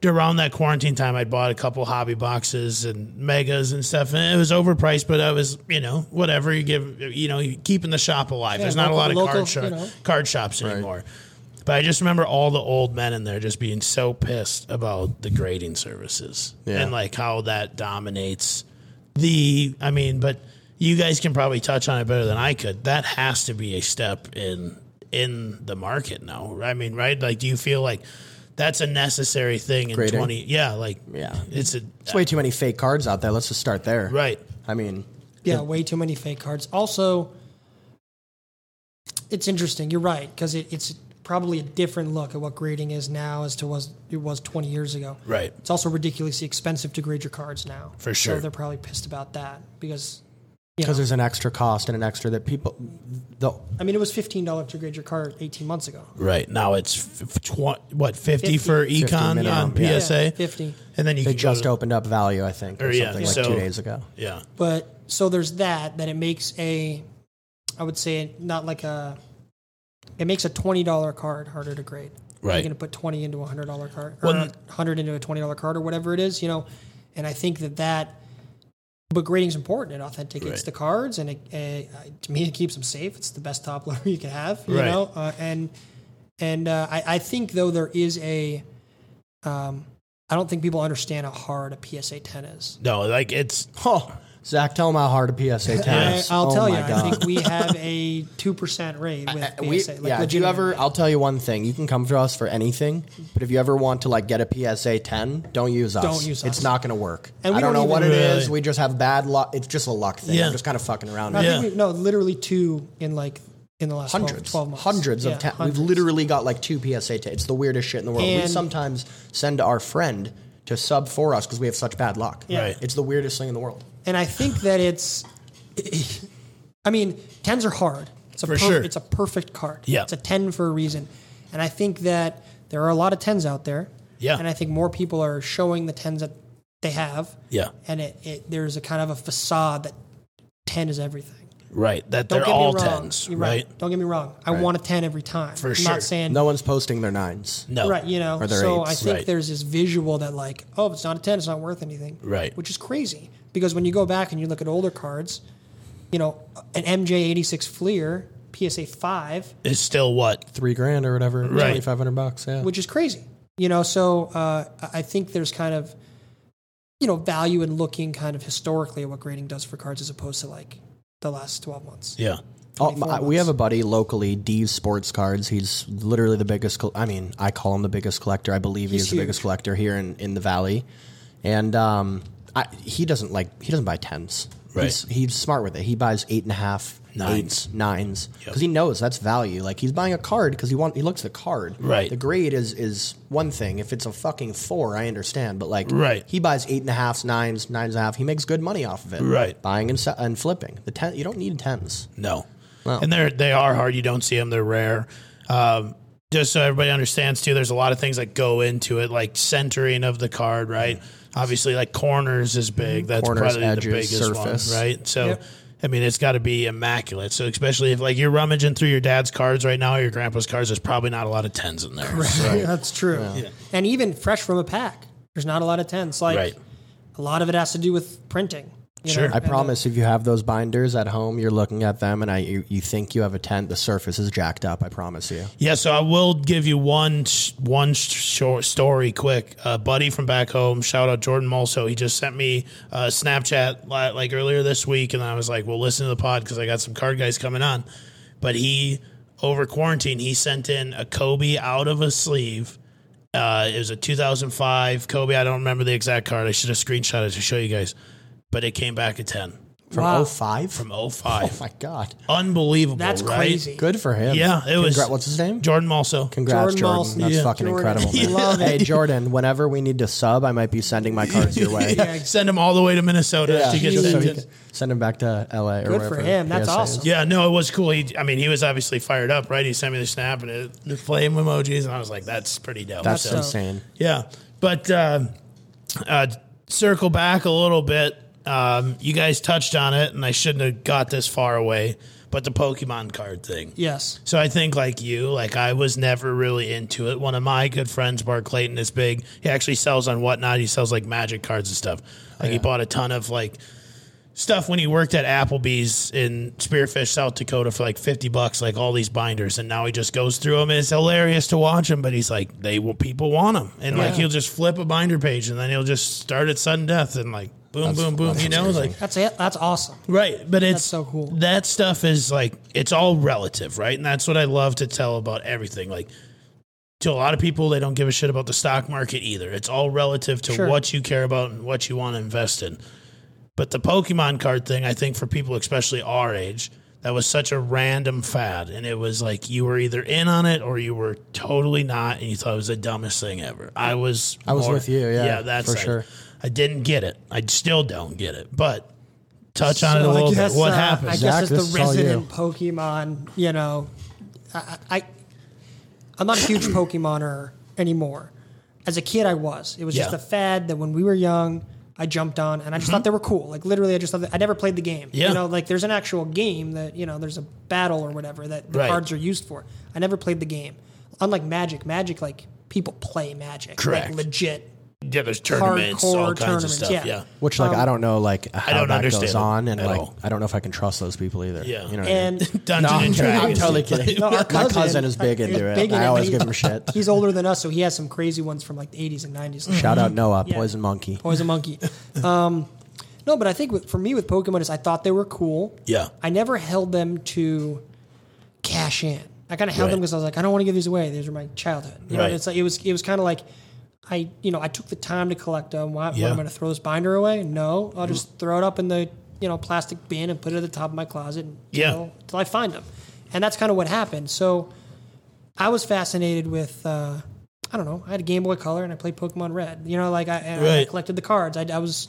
B: around that quarantine time, I'd bought a couple hobby boxes and megas and stuff, and it was overpriced, but I was, you know, whatever you give, you know, you keeping the shop alive.
D: Yeah,
B: there's not a
D: local-
B: lot of
D: local,
B: card, shop,
D: you know.
B: card shops anymore. But I just remember all the old men in there just being so pissed about the grading services
C: Yeah.
B: and like how that dominates the. I mean, but you guys can probably touch on it better than I could. That has to be a step in in the market now. I mean, right? Like, do you feel like that's a necessary thing in
C: Grading?
B: twenty? Yeah, like
C: Yeah.
B: it's a
C: It's way too many fake cards out there. Let's just start there.
B: right.
C: I mean,
D: Yeah, way too many fake cards. Also, it's interesting. You're right because it, it's probably a different look at what grading is now as to was it was 20 years ago.
B: Right.
D: It's also ridiculously expensive to grade your cards now.
B: For sure.
D: So they're probably pissed about that because
C: because there's an extra cost and an extra that people, the
D: I mean it was $15 to grade your card 18 months ago.
B: Right now, it's f- tw- what fifty,
D: 50.
B: for
D: 50
B: econ
C: minimum,
B: on
C: yeah.
D: Yeah,
B: PSA,
D: 50.
B: and then you
C: they
B: can go
C: just
B: to-
C: opened up value, I think, or,
B: Or, yeah,
C: something like
B: so-
C: two days ago.
B: Yeah,
D: But so there's that that it makes a I would say not like a it makes a $20 card harder to grade.
B: Right.
D: You're going to put 20 into a $100 card or
B: Well, n-
D: 100 into a $20 card or whatever it is, you know. And I think that that but grading's important. It authenticates
B: Right.
D: the cards and it, eh, to me it keeps them safe. It's the best top loader you can have, you
B: Right.
D: know. Uh, and and uh, I, I think though there is a um I don't think people understand how hard a PSA 10 is.
B: no, like it's
C: Oh, Zach, tell them how hard a PSA 10
D: I,
C: is.
D: I'll
C: Oh
D: tell you,
C: my
D: I
C: God.
D: think we have a two percent rate with PSA.
C: Uh, we-
D: like,
C: yeah, if you
D: legitimately.
C: ever, I'll tell you one thing. You can come to us for anything, but if you ever want to like get a PSA 10, don't use us.
D: Don't use us.
C: It's not going to work.
D: And we
C: I don't,
D: don't
C: know what
D: even-
C: it is.
B: Really?
C: We just have bad luck. It's just a luck thing.
B: Yeah.
C: I'm just kind of fucking around.
D: I
C: with it.
D: think we- no, literally two in like in the last
C: Hundreds,
D: 12, 12 months.
C: hundreds of
D: Yeah,
C: 10
D: hundreds.
C: We've literally got like two PSA 10. It's the weirdest shit in the world. we
D: And-
C: sometimes send our friend to sub for us because we have such bad luck.
D: Yeah.
B: Right.
C: It's the weirdest thing in the world.
D: and I think that it's. I mean, tens are hard. It's a
B: For sure.
D: It's a perfect card.
B: Yeah.
D: it's a ten for a reason, and I think that there are a lot of tens out there.
B: Yeah.
D: and I think more people are showing the tens that they have.
B: Yeah.
D: and it, it there's a kind of a facade that ten is everything.
B: right that
D: Don't
B: they're
D: get me
B: all
D: wrong.
B: tens,
D: You're
B: right?
D: Don't get me wrong. I want a ten every time.
B: For
D: I'm
B: sure.
D: Not saying
C: No one's posting their nines.
B: No,
D: Right, you know.
C: Or their
D: So
C: eights.
D: I think
B: Right.
D: there's this visual that like, oh, if it's not a ten, it's not worth anything.
B: Right.
D: Which is crazy because when you go back and you look at older cards, you know, an MJ eighty six Fleer PSA five,
B: It's still what
C: Three grand or whatever.
B: Right.
C: 2,500 bucks. Yeah.
D: which is crazy. You know, so uh, I- I think there's kind of, you know, value in looking kind of historically at what grading does for cards as opposed to like the last twelve months.
B: Yeah.
C: Oh,
D: 24
C: my, we have a buddy locally, D Sports Cards. He's literally the biggest. Col- I mean, I call him the biggest collector. I believe he
D: He's
C: is the biggest
D: huge.
C: collector here in, in the valley, and um, I, he doesn't like he doesn't buy tens.
B: Right.
C: He's, he's smart with it. He buys eight and a half
B: Nines.
C: eights, nines because
B: Yep.
C: he knows that's value. Like he's buying a card because he want he looks at the card.
B: Right.
C: The grade is is one thing. If it's a fucking four, I understand. But like
B: Right.
C: he buys eight and a halfs, nines, nines and a half. He makes good money off of it.
B: Right.
C: Buying and, se- and flipping the ten. You don't need tens.
B: No. And they're they are hard. You don't see them. They're rare. Um, just so everybody understands too, there's a lot of things that go into it, like centering of the card, right? Obviously, like corners is big. That's
C: Mm-hmm. Corners,
B: probably the
C: edges,
B: biggest
C: surface.
B: one, right? So.
D: Yep.
B: I mean, it's got to be immaculate. So, especially if like you're rummaging through your dad's cards right now, or your grandpa's cards, there's probably not a lot of tens in there.
D: That's true. And even fresh from a pack, there's not a lot of tens. Like
B: Right.
D: a lot of it has to do with printing. you
B: Sure.
D: know?
C: I
D: And, uh,
C: promise if you have those binders at home, you're looking at them and I you, you think you have a tent, the surface is jacked up, I promise you.
B: Yeah, so I will give you one sh- one sh- short story quick. A buddy from back home, shout out Jordan Molso. He just sent me a Snapchat li- like earlier this week, and I was like, "Well, listen to the pod because I got some card guys coming on." But he over quarantine, he sent in a Kobe out of a sleeve. Uh, it was a 2005 Kobe. I don't remember the exact card. I should have screenshot it to show you guys, but it came back at 10
C: From
D: Wow.
C: oh five,
B: from
C: Oh
B: 05.
C: my god.
B: Unbelievable.
D: That's
B: right?
D: crazy.
C: Good for him.
B: Yeah, it was.
C: Congra- what's his name?
B: Jordan Molso.
C: Congrats,
D: Jordan
C: Jordan.
D: Molson.
C: That's
B: Yeah.
C: fucking
D: Jordan.
C: incredible. Man.
D: Love
C: hey Jordan, whenever we need to sub, I might be sending my cards your way.
D: Yeah,
B: send him all the way to Minnesota
C: Yeah,
B: to get
C: just so
B: that.
C: he can send him back to LA or
D: Good
C: wherever
D: for him. That's
C: PSA is.
D: awesome.
B: yeah, no, it was cool. He, I mean, he was obviously fired up, right? He sent me the snap and it, the flame emojis, and I was like, "That's pretty dope."
C: That's
B: So,
C: insane.
B: yeah. But uh, uh, circle back a little bit. Um, you guys touched on it, and I shouldn't have got this far away. But the Pokemon card thing.
D: Yes.
B: So I think like you, like I was never really into it. One of my good friends, Bart Clayton, is big. He actually sells on whatnot. He sells like magic cards and stuff. Like he bought a ton of like stuff when he worked at Applebee's in Spearfish, South Dakota for like 50 bucks, like all these binders. And now he just goes through them and it's hilarious to watch him, but he's like, they will, people want them. And like,
D: Yeah.
B: he'll just flip a binder page and then he'll just start at sudden death and like, boom,
C: That's-
B: boom, boom,
C: that's
B: you know,
C: amazing.
B: like
D: That's it. That's awesome.
B: Right, but it's
D: so cool.
B: That stuff is like it's all relative, right? And that's what I love to tell about everything. Like to a lot of people, they don't give a shit about the stock market either. It's all relative to
D: Sure.
B: what you care about and what you want to invest in. But the Pokemon card thing, I think for people especially our age, that was such a random fad, and it was like you were either in on it or you were totally not, and you thought it was the dumbest thing ever. I was,
C: I was
B: more-
C: with you, yeah,
B: yeah, that's
C: for
B: like-
C: sure.
B: I didn't get it. I still don't get it, but touch on it a
D: So I
B: little
D: guess,
B: bit. What
D: uh,
B: happened?
D: I
C: Zach,
D: guess
C: this
D: it's
C: is
D: the
C: all you.
D: resident Pokemon. You know, I, I I- I'm not a huge Pokemoner anymore. As a kid, I was. It was just
B: Yeah. Mm-hmm.
D: a fad that when we were young, I jumped on, and I just thought they were cool. Like literally, I just thought that, I never played the game.
B: Yeah.
D: You know, like there's an actual game that you know there's a battle or whatever that the
B: Right.
D: cards are used for. I never played the game. Unlike Magic, Magic like people play Magic.
B: Correct.
D: Like legit.
B: yeah, there's tournaments,
D: hardcore
B: all kinds
D: tournaments,
B: of stuff.
D: yeah.
B: Yeah.
C: Which like
D: Um,
C: I don't know like how
B: don't
C: that
B: understand
C: goes
B: it
C: on, and
B: at
C: like
B: all.
C: I don't know if I can trust those people either.
B: Yeah.
C: you know. What I mean?
D: And
B: Dungeon
C: No,
B: and
C: I'm-
B: Dragons.
C: I'm totally kidding.
D: No, our
C: My
D: cousin,
C: cousin is big
D: uh,
C: into
D: is
C: it.
D: big in
C: I
D: it,
C: always
D: but
C: give
D: he-
C: him shit.
D: He's older than us, so he has some crazy ones from like the 80s and 90s.
C: Shout out Noah,
D: Yeah.
C: Poison Monkey.
D: Poison Monkey. Um, no, but I think with- for me with Pokemon is I thought they were cool.
B: Yeah.
D: I never held them to cash in. I kind of held
B: Right.
D: them because I was like, I don't want to give these away. These are my childhood. You know,
B: Right.
D: it's like it was it was kind of like I you know I took the time to collect them.
B: Yeah.
D: Why,
B: Mm-hmm.
D: am I going to throw this binder away? No, I'll just throw it up in the you know plastic bin and put it at the top of my closet.
B: Yeah.
D: Until, until I find them, and that's kind of what happened. So I was fascinated with. Uh, I don't know. I had a Game Boy Color and I played Pokemon Red. You know, like I, and I
B: Right.
D: collected the cards. I, I was,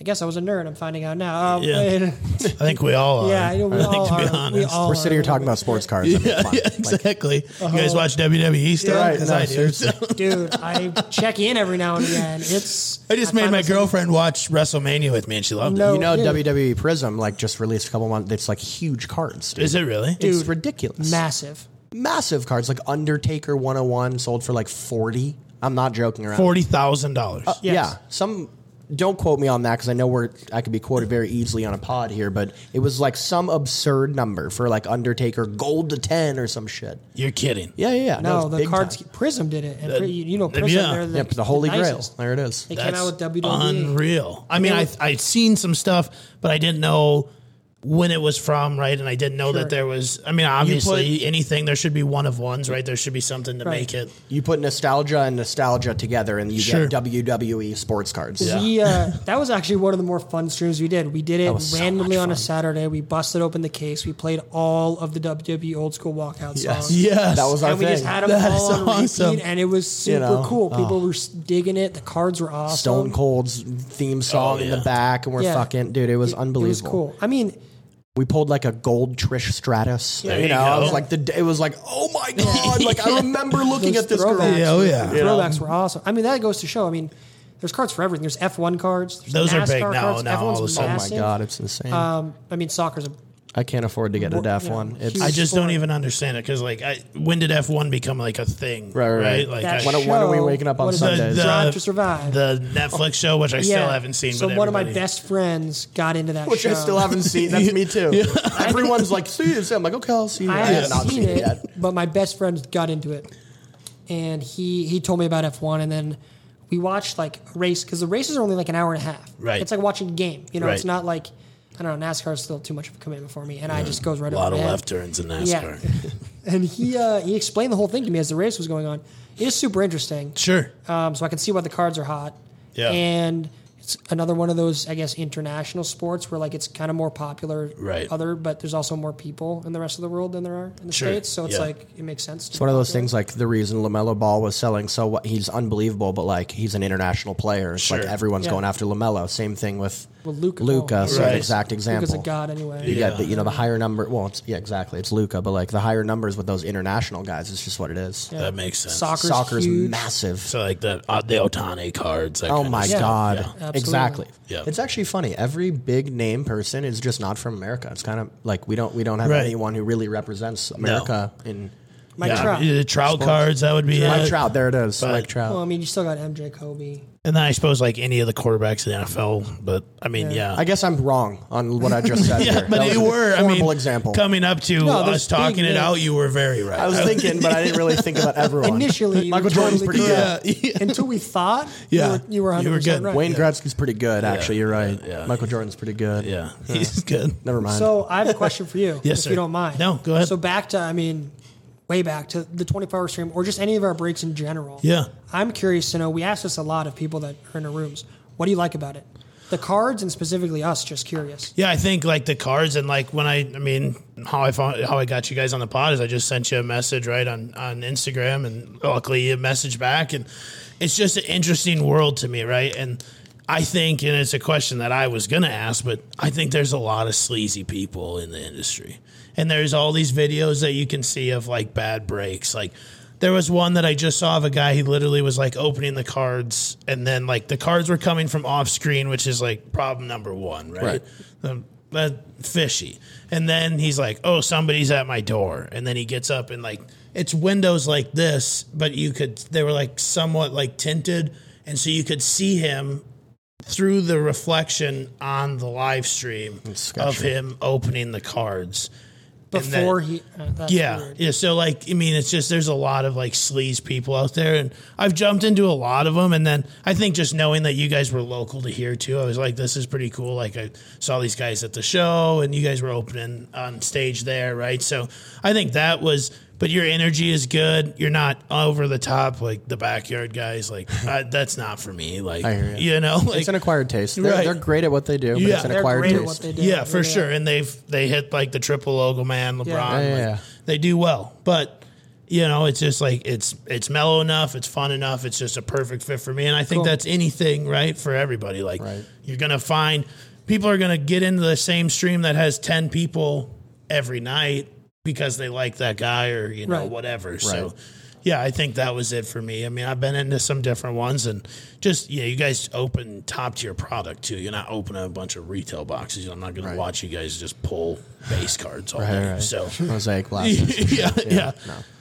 D: I guess I was a nerd. I'm finding out now. Um,
B: Yeah. I think we all are.
D: yeah, you know, we,
B: I think
D: all
B: to be
D: are, we
B: honest.
D: all
C: We're
D: are
C: sitting here
D: a little
C: talking
D: bit.
C: about sports cards. I mean,
B: yeah,
C: come on.
B: yeah, exactly. you guys watch WWE stuff?
C: Right,
B: 'Cause
C: no,
B: I do.
C: seriously.
D: dude. I check in every now and again. It's
B: I just made
D: find
B: my
D: myself-
B: girlfriend watch WrestleMania with me, and she loved
D: No.
B: it.
C: you know,
D: dude.
C: WWE Prism like just released a couple months. It's like huge cards. Dude.
B: Is it really?
C: It's
D: Dude.
C: ridiculous.
D: massive.
C: Massive cards like Undertaker 101 sold for like 40. I'm not joking around.
B: Forty thousand dollars.
D: Yes.
C: Yeah, some. Don't quote me on that because I know we're I could be quoted very easily on a pod here, but it was like some absurd number for like Undertaker gold to ten or some shit.
B: You're kidding.
C: Yeah, yeah, yeah.
D: No,
C: it's
D: the
C: big
D: cards
C: time.
D: Prism did it, and Pri- you, you know Prism.
B: yeah.
D: they're the,
C: Yep, the Holy Grail.
D: nicest.
C: There it is.
D: They came out with E. WWE.
B: Unreal. I mean, I I'd seen some stuff, but I didn't know when it was from, right? And I didn't know
D: Sure.
B: that there was. I mean, obviously, anything there should be one of ones, right? There should be something to
D: Right.
B: make it.
C: You put nostalgia and nostalgia together, and you
B: Sure.
C: get WWE sports cards.
B: Yeah.
D: We uh, that was actually one of the more fun streams we did. We did it
C: was so
D: randomly
C: much
D: on a
C: fun.
D: Saturday. We busted open the case. We played all of the WWE old school walkout songs.
B: Yes,
C: That was our
D: And we
C: thing.
D: just had them
B: That
D: all
B: is
D: on repeat,
B: awesome.
D: and it was super
C: know, Oh.
D: cool. People were s- digging it. The cards were awesome.
C: Stone Cold's theme song
B: Oh,
C: in the
B: yeah.
C: back, and we're
D: Yeah.
C: fucking dude. It was unbelievable.
D: It was cool. I mean,
C: We pulled like a gold Trish Stratus.
B: There
C: you
B: you
C: know, I
B: go.
C: was like the it was like oh my god, like I remember looking
D: those
C: at this girl.
D: throwbacks,
B: Yeah, oh, yeah.
D: the throwbacks were awesome. I mean, that goes to show. I mean, there's cards for everything. There's F1 cards. There's
B: Those are big
D: NASCAR
B: now,
D: Cards.
B: now all of a
D: F1's
B: sudden.
C: Oh my
D: massive.
C: god, it's insane.
D: Um, I mean, soccer's a
C: I can't afford to get a deaf
D: yeah,
C: one. It's
B: I
D: huge.
B: just don't even understand it because, like, I, when did F one become like a thing?
C: Right, right, right.
B: Like,
D: that
B: I-
C: When it- when are we
D: show-
C: waking up on
D: what is it?
C: Sundays? The-
D: Drive to Survive.
B: the Netflix show, which I still haven't seen.
D: So
B: but
D: one of my
B: everybody-
D: best friends got into that
C: which
D: show.
C: I still haven't seen. That's me too. Everyone's like, see this. I'm like, okay, I'll see it.
D: I haven't
C: not
D: seen it, but my best friend got into it, and he he told me about F one, and then we watched like a race because the races are only like an hour and a half.
B: Right.
D: It's like watching a game. You know, it's
B: Right.
D: not like I don't know. NASCAR is still too much of a commitment for me, and I just goes right
B: A lot
D: over
B: of
D: my head.
B: left turns in NASCAR.
D: And he uh, he explained the whole thing to me as the race was going on. It is super interesting.
B: Sure.
D: um, so I can see why the cards are hot.
B: Yeah.
D: And it's another one of those, I guess, international sports where like it's kind of more popular.
B: Right.
D: Other, but there's also more people in the rest of the world than there are in the
B: Sure.
D: states. So it's
B: Yeah.
D: like it makes sense.
C: It's one of those things like the reason LaMelo Ball was selling so what he's unbelievable, but like he's an international player. It's
B: Sure.
C: like everyone's
D: Yeah.
C: going after LaMelo. Same thing with
D: Well, Luca.
C: Luca,
D: oh,
C: so
B: Right.
C: an exact
D: Luca's a
C: example.
D: god anyway.
C: You got the, you know the higher number. Well, it's, yeah, exactly. It's Luca, but like the higher numbers with those international guys, it's just what it is.
B: That makes sense.
D: Soccer's,
C: Soccer's
D: huge.
C: massive.
B: So like the uh, the Otani cards. that
C: Oh
B: kind of
C: my
B: stuff.
C: god!
B: Yeah.
D: Absolutely.
C: Exactly.
B: Yeah.
C: It's actually funny. Every big name person is just not from America. It's kind of like we don't we don't have
B: Right.
C: anyone who really represents America. In
D: Mike
B: Yeah,
D: Trout.
B: the Trout cards. That would be
C: Mike
B: it.
C: Trout, there it is.
B: But-
C: Mike Trout.
D: Well, I mean, you still got MJ, Kobe.
B: And then I suppose like any of the quarterbacks in the NFL. But I mean, yeah.
C: I guess I'm wrong on what I just said.
B: yeah,
C: here.
B: but
C: That was
B: you
C: a
B: were. I
C: horrible
B: mean,
C: example.
B: coming up to
D: No, there's
B: us talking
D: big
B: it
D: names.
B: out, you were very right.
C: I was thinking, but I didn't really think about everyone.
D: Initially, you
C: Michael
D: were
C: Jordan's
D: totally
C: pretty good.
D: correct.
B: yeah.
D: Until we thought,
B: Yeah.
D: you were, you were 100%
B: You were good.
D: right.
C: Wayne Gretzky's pretty good, actually. You're right.
B: yeah, yeah.
C: Michael Jordan's pretty good.
B: yeah, he's good.
C: Never mind.
D: So I have a question for you,
B: Yes,
D: if
B: sir.
D: you don't mind.
B: No, go ahead.
D: So back to, I mean, way back to the 24-hour stream, or just any of our breaks in general.
B: Yeah.
D: I'm curious to know. We ask this a lot of people that are in our rooms. What do you like about it? The cards and specifically us. Just curious.
B: Yeah, I think like the cards and like when I, I mean, how I found how I got you guys on the pod is I just sent you a message right on on Instagram, and luckily you messaged back, and it's just an interesting world to me, right? And I think, and it's a question that I was gonna ask, but I think there's a lot of sleazy people in the industry, and there's all these videos that you can see of like bad breaks, like. There was one that I just saw of a guy. He literally was like opening the cards, and then like the cards were coming from off screen, which is like problem number one, right?
C: Right.
B: um, uh, fishy. And then he's like, "Oh, somebody's at my door." And then he gets up and like it's windows like this, but you could they were like somewhat like tinted, and so you could see him through the reflection on the live stream
C: sketchy.
B: of him opening the cards. And then-
D: Before he, uh, that's
B: yeah,
D: weird.
B: yeah. So like, I mean, it's just there's a lot of like sleaze people out there, and I've jumped into a lot of them. And then I think just knowing that you guys were local to here too, I was like, this is pretty cool. Like I saw these guys at the show, and you guys were opening on stage there, right? So I think that was. But your energy is good. You're not over the top like the backyard guys. Like I, that's not for me. Like
C: hear
B: you.
C: you.
B: know, like,
C: it's an acquired taste. They're,
B: Right.
C: they're great at what they do, but
B: Yeah.
C: it's an
B: They're
C: acquired
D: great at
C: taste.
D: what they do.
B: yeah, for
D: Yeah.
B: sure. And they've they hit like the triple logo man, LeBron.
D: Yeah,
B: like,
C: yeah, yeah.
B: They do well, but you know, it's just like it's it's mellow enough, it's fun enough, it's just a perfect fit for me. And I think that's anything right for everybody. Like
C: Right.
B: you're gonna find people are gonna get into the same stream that has ten people every night because they like that guy or you know
D: Right.
B: whatever. So.
C: Right.
B: Yeah, I think that was it for me. I mean, I've been into some different ones, and just yeah, you guys open top tier product too. You're not opening a bunch of retail boxes. I'm not going to watch you guys just pull base cards all
C: Right,
B: day.
C: right.
B: So
C: Mosaic glasses.
B: yeah, yeah.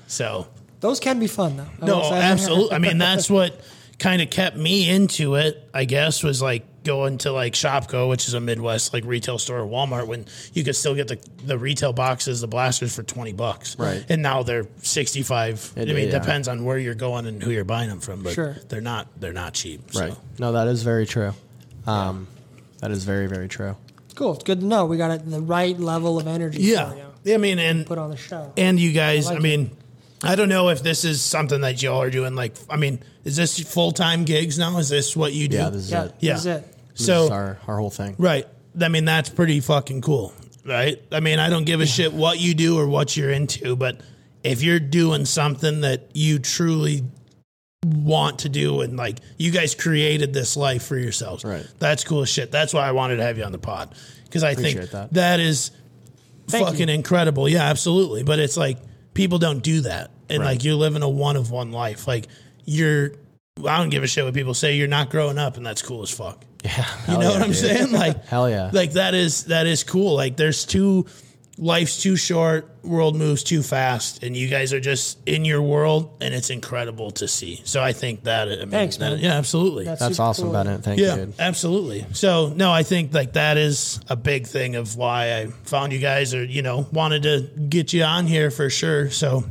B: So
D: Those can be fun though. I
B: no,
D: will say.
B: absolutely. I mean, that's what kind of kept me into it. I guess was like going to like Shopko, which is a Midwest like retail store, or Walmart, when you could still get the the retail boxes, the blasters for twenty bucks,
C: Right.
B: And now they're sixty five. I
C: It-
B: mean, it
C: yeah.
B: depends on where you're going and who you're buying them from, but
D: Sure.
B: they're not they're not cheap. So.
C: Right. No, that is very true. Um, that is very, very true.
D: Cool. It's good to know we got it, the right level of energy.
B: Yeah.
D: For you.
B: yeah. I mean, and
D: Oh, Put on the show.
B: And you guys, I,
D: I like
B: mean, I don't know if this is something that y'all are doing. Like, I mean, is this full time gigs now? Is this what you do?
C: Yeah, this is
D: yeah.
C: it.
B: Yeah.
D: That's it.
C: This
B: So,
C: is our, our whole thing.
B: right. I mean, that's pretty fucking cool, right? I mean, I don't give a shit what you do or what you're into, but if you're doing something that you truly want to do and like you guys created this life for yourselves,
C: Right.
B: That's cool as shit. That's why I wanted to have you on the pod because I think
C: Appreciate that.
B: that is
D: Thank you.
B: fucking incredible. Yeah, absolutely. But it's like people don't do that. And like you're living a one of one life. Like you're I don't give a shit what people say. You're not growing up and that's cool as fuck.
C: Yeah.
B: You know what I'm saying? Like
C: Hell yeah.
B: Like that is that is cool. Like there's too life's too short, world moves too fast, and you guys are just in your world and it's incredible to see. So I think that I mean,
D: Thanks,
B: that-
D: man.
B: Yeah, absolutely.
C: That's
D: super
C: awesome,
D: cool.
C: Bennett. Thank
B: Yeah,
C: you, dude.
B: absolutely. So no, I think like that is a big thing of why I found you guys or you know wanted to get you on here for sure. So,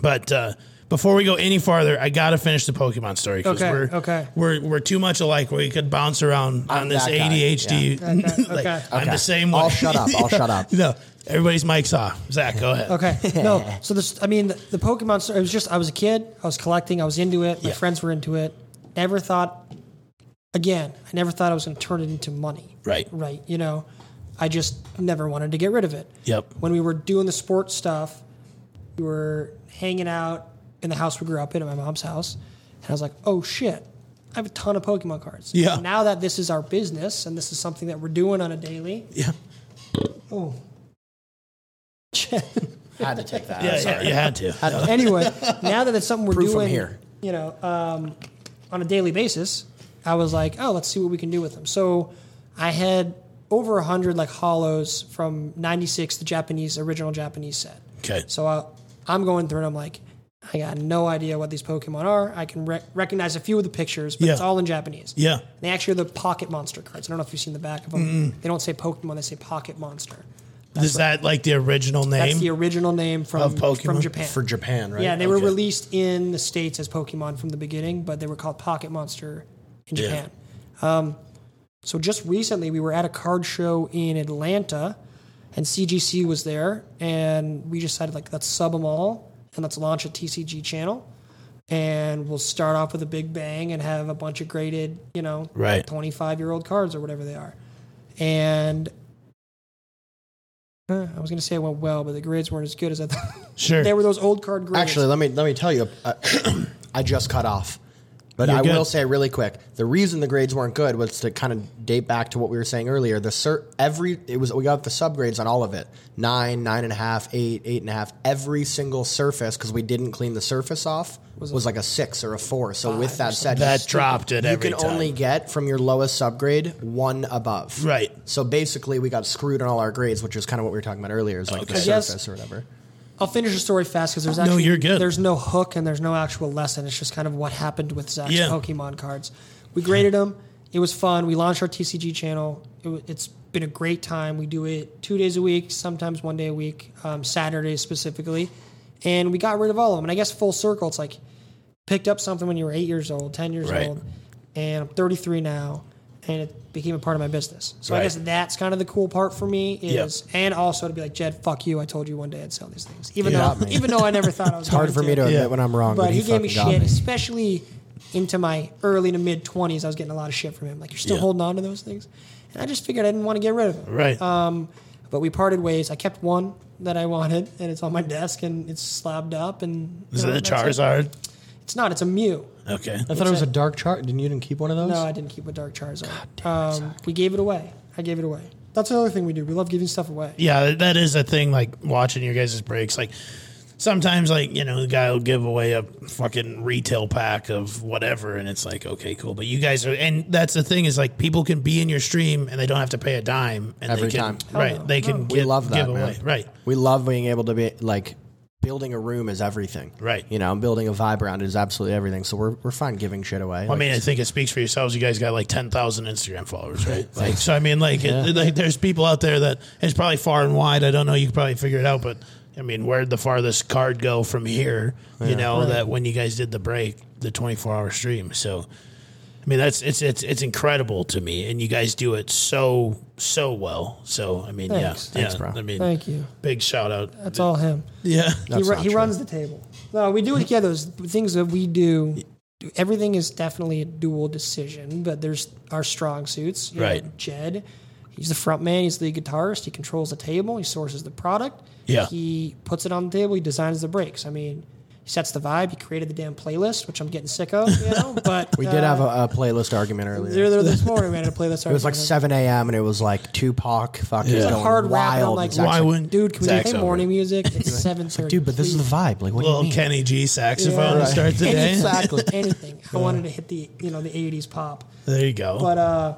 B: but uh, before we go any farther, I gotta finish the Pokemon story because
D: Okay,
B: we're
D: okay.
B: we're we're too much alike where you could bounce around on this
C: that guy,
B: ADHD.
D: Okay,
B: like,
D: okay.
B: I'm the
C: Okay.
B: same way.
C: I'll shut up, I'll shut up.
B: No, everybody's mics off. Zach, go ahead.
D: Okay. No. So this, I mean, the, the Pokemon. story, It was just I was a kid. I was collecting. I was into it. My
B: Yeah.
D: friends were into it. Never thought. Again, I never thought I was going to turn it into money.
B: Right.
D: Right. You know, I just never wanted to get rid of it.
B: Yep.
D: When we were doing the sports stuff, we were hanging out in the house we grew up in, at my mom's house, and I was like, "Oh shit, I have a ton of Pokemon cards.
B: Yeah.
D: Now that this is our business and this is something that we're doing on a daily.
B: Yeah.
D: Oh.
C: Had to take that.
B: Yeah,
C: I'm
B: yeah,
C: sorry.
B: you had to.
D: anyway, now that it's something we're
C: Proof from
D: doing
C: here.
D: you know, um, on a daily basis, I was like, oh, let's see what we can do with them. So I had over 100 like hollows from 96, the Japanese, original Japanese set.
B: Okay.
D: So I, I'm going through and I'm like, I got no idea what these Pokemon are. I can rec- recognize a few of the pictures, but it's
B: Yeah.
D: all in Japanese.
B: Yeah.
D: They actually are the pocket monster cards. I don't know if you've seen the back of them. They don't say Pokemon, they say pocket monster.
B: Is that like the original
D: That's
B: name?
D: the original name from,
B: Of Pokemon?
D: from Japan.
C: For Japan, right?
D: Yeah, they
C: Okay.
D: were released in the states as Pokemon from the beginning, but they were called Pocket Monster in
B: Yeah.
D: Japan. Um, so just recently, we were at a card show in Atlanta, and CGC was there, and we decided like let's sub them all and let's launch a TCG channel, and we'll start off with a big bang and have a bunch of graded, you know,
B: Right.
D: twenty five year old cards or whatever they are, and. uh, I was gonna say it went well, but the grades weren't as good as I thought.
B: Sure.
D: They were those old card grades.
C: Actually, let me let me tell you, uh, I just cut off. But
B: You're
C: I
B: good.
C: will say really quick, the reason the grades weren't good was to kind of date back to what we were saying earlier. The cert every it was we got the subgrades on all of it nine, nine and a half, eight, eight and a half. Every single surface because we didn't clean the surface off was, like a six or a four. So with that said,
B: that dropped it
C: you
B: every
C: can
B: time.
C: only get from your lowest subgrade one above.
B: Right.
C: So basically, we got screwed on all our grades, which is kind of what we were talking about earlier, is like the
B: Okay.
D: Yes.
C: surface or whatever.
D: I'll finish the story fast because there's
B: No,
D: actually
B: you're good.
D: There's no hook and there's no actual lesson. It's just kind of what happened with Zach's
B: Yeah.
D: Pokemon cards. We graded them. It was fun. We launched our TCG channel. It, wa- it's been a great time. We do it two days a week, sometimes one day a week, um, Saturdays specifically. And we got rid of all of them. And I guess full circle, it's like picked up something when you were eight years old, 10 years
B: Right.
D: old, and I'm 33 now, and it became a part of my business. So I
B: Right.
D: guess that's kind of the cool part for me
B: Yep.
D: is, and also to be like, Jed, fuck you. I told you one day I'd sell these things, even
C: Yeah.
D: though even though I never thought I was.
C: It's hard for me to admit when I'm wrong,
D: But he, gave me
C: fucking got
D: shit, especially into my early to mid 20s. I was getting a lot of shit from him. Like you're still
B: Yeah.
D: holding on to those things, and I just figured I didn't want to get rid of them.
B: right.
D: But we parted ways. I kept one that I wanted, and it's on my desk, and it's slabbed up. And
B: Is
D: you
B: it
D: know,
B: a
D: that's it.
B: Charizard?
D: It's not. It's a Mew.
B: Okay.
C: I thought it was a dark chart. Didn't you didn't keep one of those?
D: No, I didn't keep a dark Charizard. um, we gave it away. I gave it away. That's another thing we do. We love giving stuff away.
B: Yeah, that is a thing. Like watching your guys' breaks, like sometimes, like you know, the guy will give away a fucking retail pack of whatever, and it's like, okay, cool. But you guys are, and that's the thing is like people can be in your stream and they don't have to pay a dime, and
C: Every
B: they can,
C: time.
D: Hell
B: right?
D: Oh, no.
B: They can
C: we
B: get-
C: love that,
B: give
C: man.
B: away, right?
C: We love being able to be like building a room is everything,
B: Right.
C: You know, building a vibe around is absolutely everything. So we're we're fine giving shit away.
B: I mean, I think it speaks for yourselves. You guys got like ten thousand Instagram followers, right? Like, so I mean, like, it, like, there's people out there that it's probably far and wide. I don't know. You could probably figure it out, but I mean, where'd the farthest card go from here? you know, that when you guys did the break, the 24 hour stream. So, I mean, that's it's it's it's incredible to me, and you guys do it so so well. So, I mean,
D: Thanks.
B: yeah,
C: Thanks,
B: yeah.
C: bro.
B: I mean,
D: Thank you.
B: Big shout out.
D: That's all him.
B: Yeah,
D: He, ru-
C: not
D: he
C: true.
D: runs the table. No, we do it together. Those things that we do. Everything is definitely a dual decision, but there's our strong suits. You know,
B: Right.
D: Jed, he's the front man. He's the guitarist. He controls the table. He sources the product.
B: Yeah.
D: He puts it on the table. He designs the breaks. I mean, he sets the vibe. He created the damn playlist, which I'm getting sick of. You know, but uh,
C: we did have a, a playlist argument earlier.
D: They're there this morning, man. To play this.
C: it was like 7 a.m. and it was like Tupac fucking
B: Yeah.
C: yeah.
B: It was
C: going
D: hard rap, and I'm
C: wild.
D: like,
C: Zach's
B: why wouldn't
D: dude. Can we
B: Zach's
D: play
B: over
D: morning
B: it.
D: music? It's seven thirty.
C: dude, but this is the vibe. Like, what do you
B: Little
C: mean?
B: Kenny G saxophone to
D: Yeah.
B: start the day.
D: exactly anything. I wanted to hit the you know the '80s pop.
B: There you go.
D: But uh,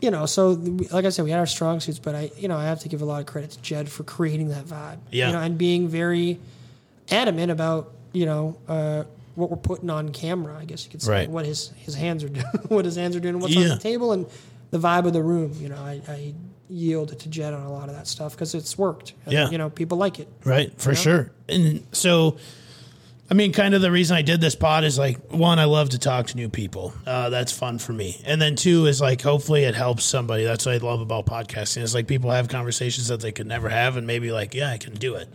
D: you know, so th- like I said, we had our strong suits, but I, you know, I have to give a lot of credit to Jed for creating that vibe.
B: Yeah.
D: You know, and being very adamant about you know uh, what we're putting on camera. I guess you could say
B: Right.
D: what his his hands are doing, what his hands are doing, what's on
B: Yeah.
D: the table, and the vibe of the room. You know, I. I yield to Jed on a lot of that stuff because it's worked. And,
B: Yeah.
D: you know, people like it.
B: Right, for sure. And so, I mean, kind of the reason I did this pod is like, one, I love to talk to new people. Uh, that's fun for me. And then two is like, hopefully it helps somebody. That's what I love about podcasting. It's like people have conversations that they could never have, and maybe like, yeah, I can do it.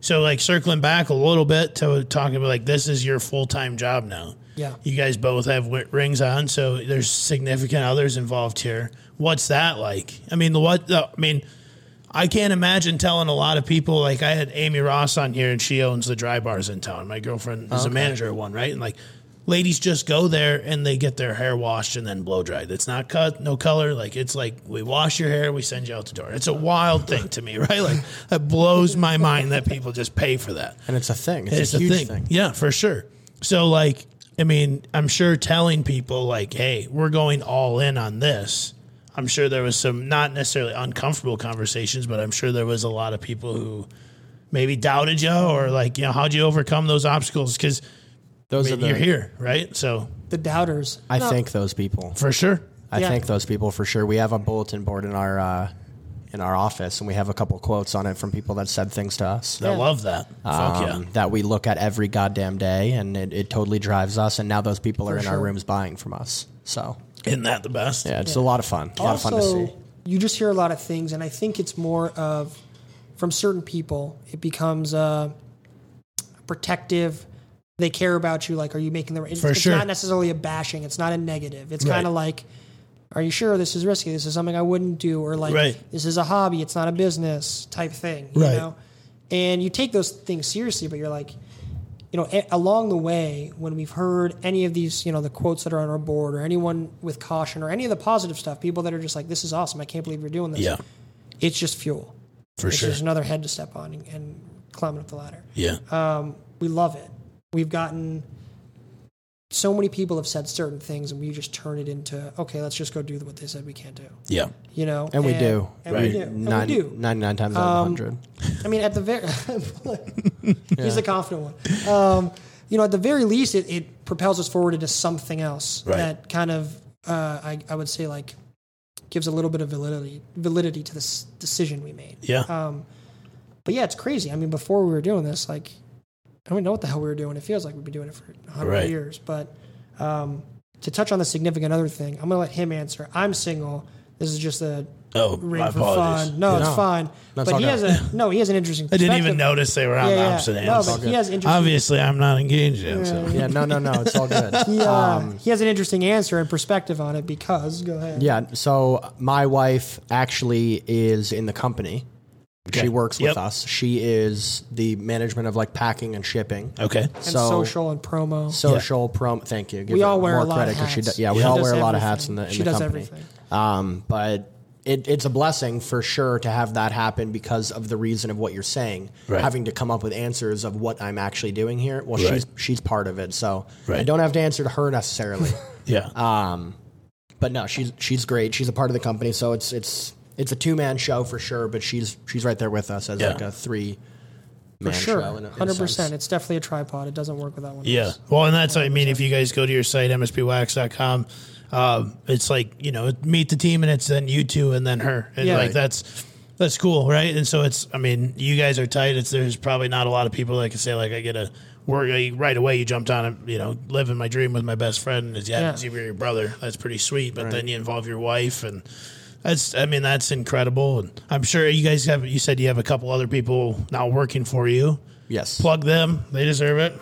B: So, like, circling back a little bit to talking about like, this is your full time job now.
D: Yeah.
B: You guys both have w- rings on, so there's significant others involved here. What's that like? I mean, the what? The, I mean, I can't imagine telling a lot of people like I had Amy Ross on here and she owns the dry bars in town. My girlfriend is a manager at one, right? And like ladies just go there and they get their hair washed and then blow dried. It's not cut, no color. Like it's like we wash your hair, we send you out the door. It's a wild thing to me, right? Like that blows my mind that people just pay for that.
C: and it's a thing. It's,
B: It's
C: a
B: a
C: huge
B: thing.
C: thing.
B: Yeah, for sure. So like, I mean, I'm sure telling people like, "Hey, we're going all in on this." I'm sure there was some not necessarily uncomfortable conversations, but I'm sure there was a lot of people who maybe doubted you or like, you know, how'd you overcome those obstacles? Because
C: Those are the,
B: you're here, right? So
D: The doubters.
C: I
D: No,
C: thank those people.
B: for sure,
C: I
D: Yeah.
C: thank those people for sure. We have a bulletin board in our uh, in our office, and we have a couple quotes on it from people that said things to us.
B: I love that. Fuck yeah.
C: um, That we look at every goddamn day, and it, it totally drives us. And now those people are in our
D: sure.
C: rooms buying from us. So
B: Isn't that the best?
C: yeah, it's a lot of fun. A lot of fun to see.
D: also, you just hear a lot of things, and I think it's more of from certain people. It becomes uh, protective. They care about you. Like, are you making the? It's,
B: For
D: it's
B: sure.
D: not necessarily a bashing. It's not a negative. It's
B: Right.
D: kind of like, are you sure this is risky? This is something I wouldn't do, or like
B: Right.
D: this is a hobby. It's not a business type thing. You
B: Right.
D: know? And you take those things seriously, but you're like, you know, a- along the way, when we've heard any of these, you know, the quotes that are on our board or anyone with caution or any of the positive stuff, people that are just like, this is awesome. I can't believe you're doing this.
B: Yeah,
D: It's just fuel.
B: for
D: it's
B: sure.
D: just another head to step on and, and climbing up the ladder.
B: Yeah.
D: We love it. We've gotten so many people have said certain things and we just turn it into, okay, let's just go do what they said we can't do,
B: yeah.
D: you know?
C: And we do.
D: And
B: Right.
D: we do. And
C: Nine-
D: we do. Um,
C: 99 times out of 100.
D: I mean, at the very, he's the confident one. Um, you know, at the very least, it, it propels us forward into something else
B: Right.
D: that kind of, uh, I, I would say, like, gives a little bit of validity validity to this decision we made.
B: Yeah.
D: But yeah, it's crazy. I mean, before we were doing this, like, I don't even know what the hell we were doing. It feels like we've been doing it for 100
B: Right.
D: years. But um, to touch on the significant other thing, I'm going to let him answer. I'm single. This is just a
B: oh,
D: ring
B: my
D: for
B: apologies.
D: fun. No,
C: No.
D: it's fine.
C: That's
D: but
C: all
D: he has
C: good.
D: a no. He has an interesting.
B: I didn't even
D: perspective.
B: notice they were on
D: Yeah,
B: the
D: yeah.
B: opposite ends.
D: No, but he has interesting.
B: Obviously, I'm not engaged yet. So.
C: Yeah, no, no, no. It's all good.
D: he, uh, he has an interesting answer and perspective on it because go ahead.
C: Um, Yeah. So my wife actually is in the company.
B: Okay.
C: She works with
B: Yep.
C: us. She is the management of like packing and shipping.
B: Okay.
D: and
C: so-
D: social and promo.
C: Social prom. Thank you. Give
D: we
C: her
D: all wear
C: more
D: a lot
C: credit
D: of
C: 'cause
D: hats.
C: She do, yeah, we
D: She
C: all
D: does
C: wear a lot of
D: everything.
C: hats in the, in
D: she
C: the
D: does
C: company.
D: everything.
C: Um, but it, it's a blessing for sure to have that happen because of the reason of what you're saying.
B: Right.
C: Having to come up with answers of what I'm actually doing here. Well,
B: Right.
C: she's she's part of it, so I
B: Right.
C: don't have to answer to her necessarily.
B: Yeah.
C: but no, she's she's great. She's a part of the company, so it's it's it's a two man show for sure. But she's she's right there with us as
B: Yeah.
C: like a three
D: For
C: man
D: sure,
C: show. in a- in a
D: hundred percent.
C: sense.
D: It's definitely a tripod. It doesn't work without one.
B: yeah. Well, and that's, I mean, if you guys go to your site, mspwax.com, um, it's like, you know, meet the team and it's then you two and then her. And
D: Yeah.
B: like,
D: Right.
B: that's, that's cool. Right. And so it's, I mean, you guys are tight. It's, there's probably not a lot of people that can say, like, I get a, work right away. You jumped on it, you know, living my dream with my best friend. And it's yeah,
D: Yeah.
B: you were your brother. That's pretty sweet. But then you involve your wife and, that's, I mean, that's incredible, and I'm sure you guys have. You said you have a couple other people now working for you.
C: Yes,
B: Plug them; they deserve it.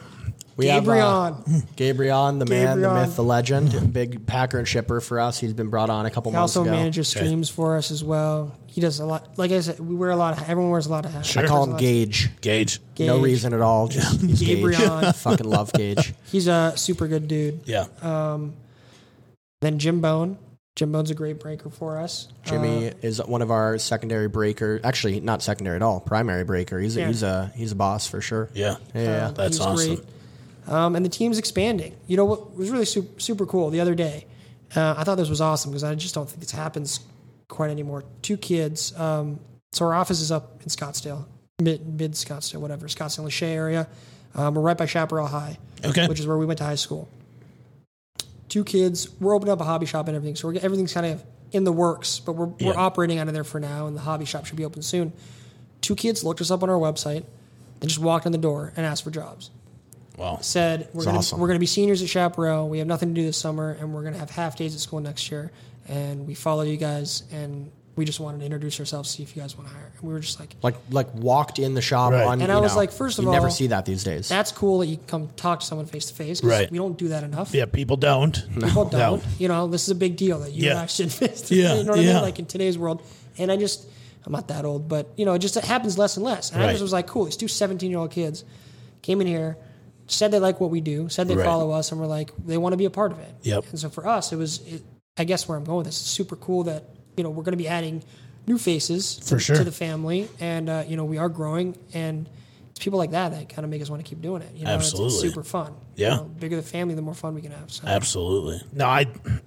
C: we have
D: Gabrion.
C: uh, Gabrion, the man, the
D: Gabrion.
C: myth, the legend, big packer and shipper for us. He's been brought on a couple
D: he
C: months
D: also
C: ago.
D: manages streams for us as well. He does a lot. Like I said, we wear a lot of. Everyone wears a lot of hats.
C: I call him
D: There's
C: Gage.
B: Gage.
D: a lot-
C: No
D: Gage.
C: reason at all. Just he's Gage.
D: Gabrion.
C: Fucking love Gage.
D: He's a super good dude.
B: Yeah.
D: Then Jim Bone. Jim Bone's a great breaker for us. Uh,
C: Jimmy is one of our secondary breaker. Actually, not secondary at all. Primary breaker. He's a,
D: Yeah.
C: he's a he's a boss for sure.
B: yeah.
C: Yeah.
B: That's
D: He's
B: awesome.
D: Um, and the team's expanding. You know what was really super, super cool the other day? Uh, I thought this was awesome because I just don't think this happens quite anymore. Two kids. Um, so our office is up in Scottsdale, mid, mid Scottsdale, whatever, Scottsdale Lachey area. Um, we're right by Chaparral High,
B: Okay.
D: which is where we went to high school. Two kids. We're opening up a hobby shop and everything, so we're, everything's kind of in the works. But we're we're
B: Yeah.
D: operating out of there for now, and the hobby shop should be open soon. Two kids looked us up on our website. They just walked in the door and asked for jobs
B: wow.
D: said we're gonna,
C: awesome.
D: we're going to be seniors at Chaparral. We have nothing to do this summer, and we're going to have half days at school next year. And we follow you guys, and we just wanted to introduce ourselves, see if you guys want to hire. And we were just like,
C: like like walked in the shop
B: Right.
C: on.
D: And I
C: you
D: was
C: know,
D: like, first of
C: you never
D: all,
C: see that these days.
D: that's cool that you can come talk to someone face to face.
B: Right.
D: We don't do that enough.
B: Yeah. People don't.
D: People
B: No.
D: don't. You know, this is a big deal that you
B: Yeah.
D: actually invest.
B: Yeah,
D: You know what I
B: yeah.
D: mean? Like in today's world, and I just. I'm not that old, but you know, it just happens less and less. And I
B: Right.
D: just was like, cool. These two 17 year old kids came in here, said they like what we do, said they
B: Right.
D: follow us, and we're like they want to be a part of it.
B: Yep.
D: And so for us, it was, it, I guess, where I'm going with this. It's super cool that you know we're going to be adding new faces
B: For sure.
D: to the family, and uh, you know we are growing, and it's people like that that kind of make us want to keep doing it. You know, It's- it's,
B: Absolutely.
D: super fun.
B: Yeah.
D: You know, bigger the family, the more fun we can have. So.
B: Absolutely. No, I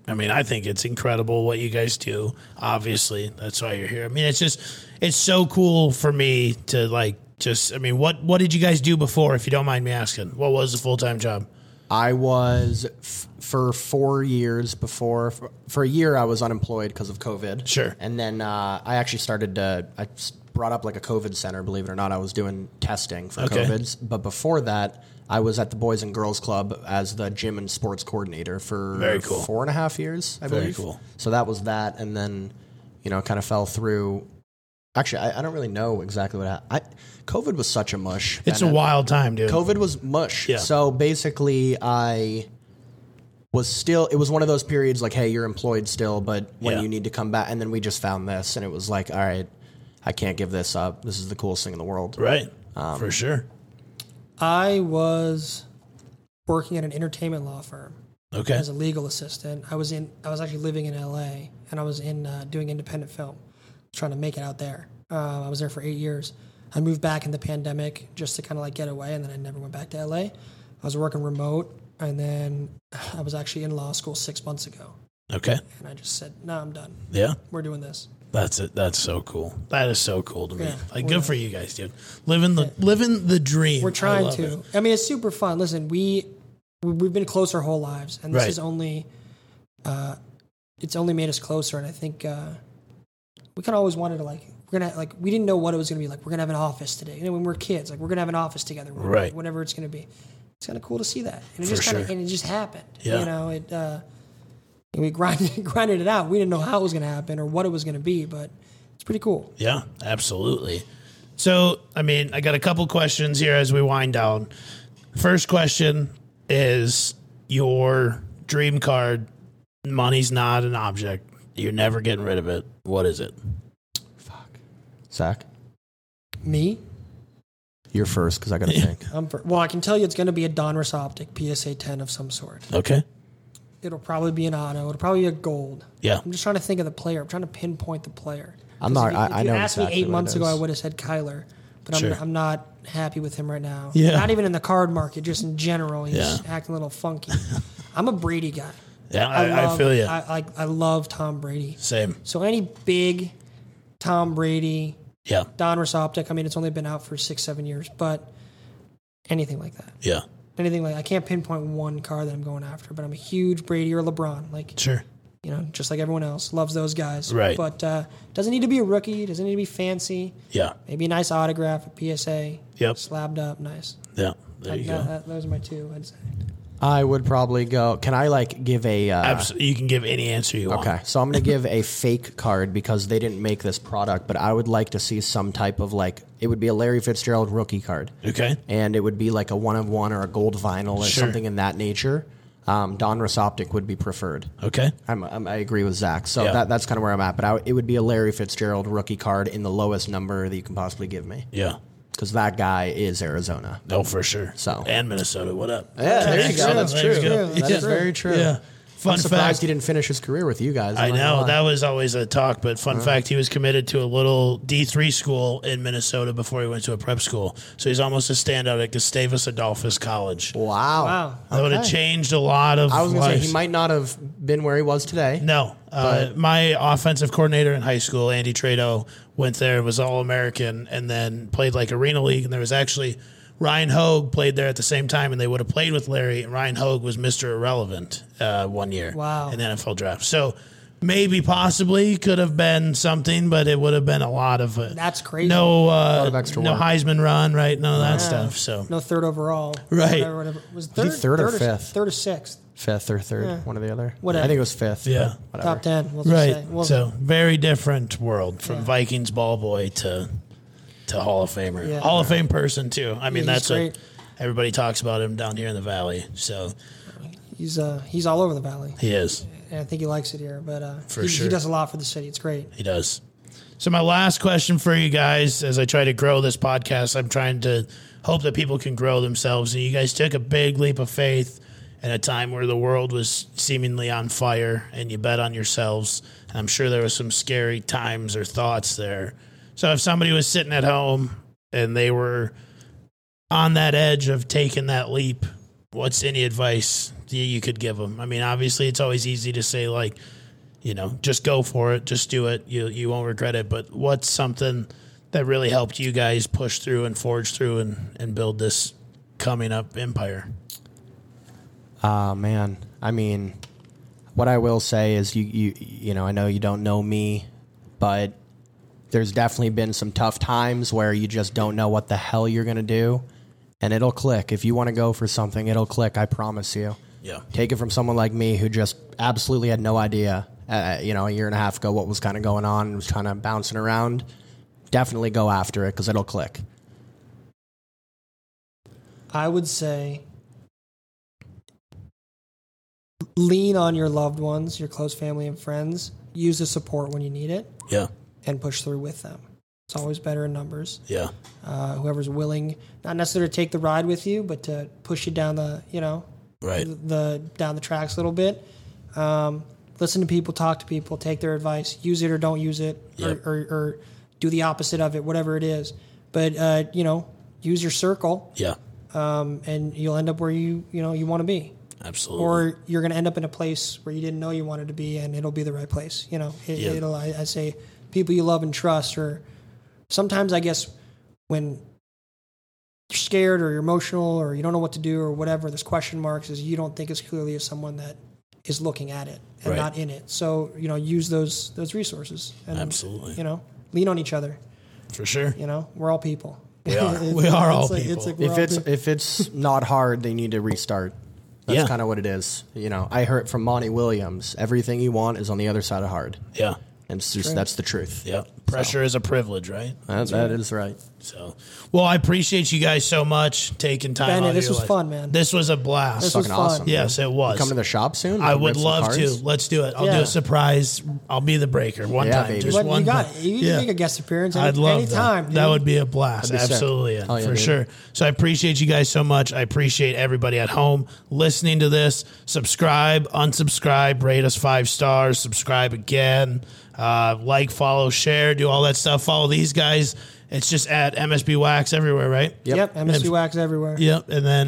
B: I mean I think it's incredible what you guys do. Obviously, that's why you're here. I mean, it's just it's so cool for me to like just I mean, what what did you guys do before if you don't mind me asking? What was the full-time job?
C: I was f- for four years before for, for a year I was unemployed because of COVID.
B: Sure.
C: And then uh, I actually started to I s- brought up like a COVID center. Believe it or not, I was doing testing for
B: Okay.
C: COVIDs. But before that, I was at the Boys and Girls Club as the gym and sports coordinator for
B: Very cool.
C: four and a half years. I
B: Very
C: believe.
B: cool.
C: So that was that, and then you know kind of fell through. Actually, I, I don't really know exactly what happened. I, COVID was such a mush.
B: It's
C: Bennett.
B: a wild time, dude.
C: COVID was mush.
B: Yeah.
C: So basically, I was still. It was one of those periods like, hey, you're employed still, but when
B: Yeah.
C: you need to come back, and then we just found this, and it was like, all right, I can't give this up. This is the coolest thing in the world.
B: Right. for sure.
D: I was working at an entertainment law firm
B: Okay.
D: as a legal assistant. I was in I was actually living in LA and I was in uh, doing independent film, trying to make it out there. Uh, I was there for eight years. I moved back in the pandemic just to kind of like get away, and then I never went back to LA. I was working remote, and then I was actually in law school six months ago,
B: Okay.
D: and I just said, "No, I'm done.
B: Yeah.
D: We're doing this."
B: That's it. That's so cool. That is so cool to me.
D: Yeah.
B: like good for you guys, dude. Living the living the dream.
D: We're
B: I
D: trying
B: love
D: to.
B: it.
D: I mean, it's super fun. Listen, we we- we've been close our whole lives, and this
B: Right.
D: is only uh, it's only made us closer. And I think uh, we kind of always wanted to like we're gonna like we didn't know what it was gonna be like. We're gonna have an office today. You know, when we we're kids, like we're gonna have an office together. We're gonna-
B: Right.
D: Whatever it's gonna be, it's kind of cool to see that. And it
B: For
D: just kind of
B: sure.
D: and it just happened.
B: Yeah.
D: You know, it uh, we grinded grinded it out. We didn't know how it was gonna happen or what it was gonna be, but it's pretty cool.
B: Yeah, absolutely. So, I mean, I got a couple questions here as we wind down. First question is your dream card. Money's not an object. You're never getting rid of it. What is it?
C: Zach,
D: Me,
C: you're first because I got to think.
D: I'm for, well, I can tell you it's going to be a Donruss Optic PSA 10 of some sort.
B: Okay.
D: It'll probably be an auto. It'll probably be a gold.
B: Yeah.
D: I'm just trying to think of the player. I'm trying to pinpoint the player.
C: I'm
D: 'Cause
C: not-
D: If you,
C: I-
D: if
C: I
D: you
C: know
D: asked me
C: exactly
D: eight
C: what it
D: months ago,
C: is.
D: I would have said Kyler, but
B: Sure.
D: I'm, I'm not happy with him right now.
B: Yeah.
D: Not even in the card market, just in general. He's
B: Yeah.
D: acting a little funky. I'm a Brady guy.
B: Yeah, I, I,
D: love-
B: feel you.
D: I, I, I love Tom Brady.
B: Same.
D: So any big Tom Brady,
B: Yeah.
D: Donruss Optic, I mean, it's only been out for six, seven years, but anything like that
B: Yeah.
D: anything like I can't pinpoint one car that I'm going after, but I'm a huge Brady or LeBron, like
B: Sure.
D: you know, just like everyone else, loves those guys.
B: Right.
D: But uh, doesn't need to be a rookie. Doesn't need to be fancy.
B: Yeah.
D: Maybe a nice autograph, a PSA.
B: Yep.
D: Slabbed up, nice.
B: Yeah. There you
D: That-
B: go.
D: that- those are my two. I'd say.
C: I would probably go. Can I like give a? Uh,
B: Absolutely. You can give any answer you want.
C: Okay, so I'm going to give a fake card because they didn't make this product, but I would like to see some type of like it would be a Larry Fitzgerald rookie card.
B: Okay.
C: and it would be like a one of one or a gold vinyl or
B: Sure.
C: something in that nature. Um, Donruss optic would be preferred.
B: Okay.
C: I'm, I'm, I agree with Zach, so
B: Yeah.
C: that, that's kind of where I'm at. But I, it would be a Larry Fitzgerald rookie card in the lowest number that you can possibly give me
B: Yeah.
C: because that guy is Arizona.
B: No, Oh, for sure.
C: So-
B: and Minnesota. What up?
C: Yeah, there you go. That's
B: There
C: true.
B: you go.
C: That's
B: Yeah.
C: very true.
B: Yeah. Fun
C: I'm surprised
B: fact.
C: he didn't finish his career with you guys. I'm
B: I
C: not gonna
B: know
C: lie.
B: that was always a talk, but fun
C: Uh-huh.
B: fact, he was committed to a little D three school in Minnesota before he went to a prep school. So he's almost a standout at Gustavus Adolphus College.
C: Wow.
D: Wow.
B: That would have
C: Okay.
B: changed a lot of.
C: I was going to say
B: lives.
C: he might not have been where he was today.
B: No, uh, my offensive coordinator in high school, Andy Trado, went there and was all American, and then played like arena league. And there was actually Ryan Hogue played there at the same time, and they would have played with Larry. And Ryan Hogue was Mister Irrelevant uh, one year.
D: Wow.
B: in the NFL draft. So maybe possibly could have been something, but it would have been a lot of uh,
D: That's crazy.
B: no uh,
C: of extra
B: no
C: work.
B: Heisman run, right? None of that stuff. So
D: No third overall.
B: Right.
D: Whatever, whatever. Was third,
C: think third or
D: s-
C: fifth.
D: Third or sixth.
C: Fifth or third, one or the other.
D: Whatever.
C: I think it was fifth. but
B: Yeah.
C: Whatever.
D: Top ten. We'll just
B: Right.
D: say. Well,
B: so very different world from Vikings ball boy to to Hall of Famer.
D: Yeah.
B: Hall of Fame person too. I mean
D: Yeah, he's
B: that's a,
D: great.
B: everybody talks about him down here in the valley. So
D: he's uh he's all over the valley,
B: he is.
D: and I think he likes it here. But uh,
B: For
D: he,
B: sure.
D: he does a lot for the city. It's great.
B: He does. So my last question for you guys as I try to grow this podcast, I'm trying to hope that people can grow themselves. And you guys took a big leap of faith at a time where the world was seemingly on fire, and you bet on yourselves. And I'm sure there was some scary times or thoughts there. So if somebody was sitting at home and they were on that edge of taking that leap, what's any advice that you could give them? I mean, obviously, it's always easy to say like, you know, just go for it, just do it. You you won't regret it. But what's something that really helped you guys push through and forge through and and build this coming up empire?
C: Oh man, I mean, what I will say is you you you know I know you don't know me, but there's definitely been some tough times where you just don't know what the hell you're gonna do, and it'll click. If you want to go for something, it'll click. I promise you.
B: Yeah.
C: Take it from someone like me who just absolutely had no idea, uh, you know, a year and a half ago what was kind of going on and was kind of bouncing around. Definitely go after it because it'll click.
D: I would say lean on your loved ones, your close family and friends. Use the support when you need it
B: Yeah.
D: and push through with them. It's always better in numbers.
B: Yeah.
D: Uh, whoever's willing, not necessarily to take the ride with you, but to push you down the, you know,
B: Right.
D: the down the tracks a little bit. Um, listen to people, talk to people, take their advice, use it or don't use it,
B: Yep.
D: or, or, or do the opposite of it, whatever it is. But uh, you know, use your circle,
B: Yeah.
D: um, and you'll end up where you you know you want to be,
B: Absolutely.
D: or you're going to end up in a place where you didn't know you wanted to be, and it'll be the right place. You know, it,
B: Yeah.
D: it'll. I, I say, people you love and trust, or sometimes I guess when you're scared or you're emotional or you don't know what to do or whatever, there's question marks is you don't think as clearly as someone that is looking at it and
B: Right.
D: not in it. So, you know, use those those resources. And,
B: Absolutely.
D: You know, lean on each other.
B: for sure.
D: You know, we're all people.
B: We are.
D: It's-
B: We are all
D: it's like-
B: people.
D: It's like we're
C: If
D: all
C: it's
D: people.
C: if it's not hard, they need to restart. That's
B: Yeah.
C: kind of what it is. You know, I heard from Monty Williams, everything you want is on the other side of hard.
B: Yeah.
C: And it's just, that's the truth.
B: Yeah. Pressure is a privilege, right?
C: That, that is right.
B: So, well, I appreciate you guys so much taking time.
D: Bennett,
B: out of
D: this
B: your
D: was
B: life.
D: fun, man.
B: This was a blast.
D: This was
C: Fucking
D: fun.
C: awesome.
B: yes,
C: man.
B: it was.
C: You Come to the shop soon. We
B: I
C: can rip
B: would
C: some
B: love to.
C: cards?
B: Let's do it. I'll do
D: Yeah.
B: a surprise. I'll be the breaker one
C: Yeah,
B: time.
C: baby.
B: Just
D: But
B: one
D: you got
B: time.
D: it. You can
B: Yeah.
D: make a guest appearance any,
B: I'd love
D: anytime.
B: that.
D: dude.
B: That would be a blast.
C: That'd be sick.
B: Absolutely.
C: Hell yeah,
B: for
C: dude.
B: sure. So I appreciate you guys so much. I appreciate everybody at home listening to this. Subscribe, unsubscribe, rate us five stars, subscribe again, uh, like, follow, share, do all that stuff. Follow these guys. It's just at MSB Wax everywhere, right?
D: Yep. MSU Wax everywhere.
B: Yep. And then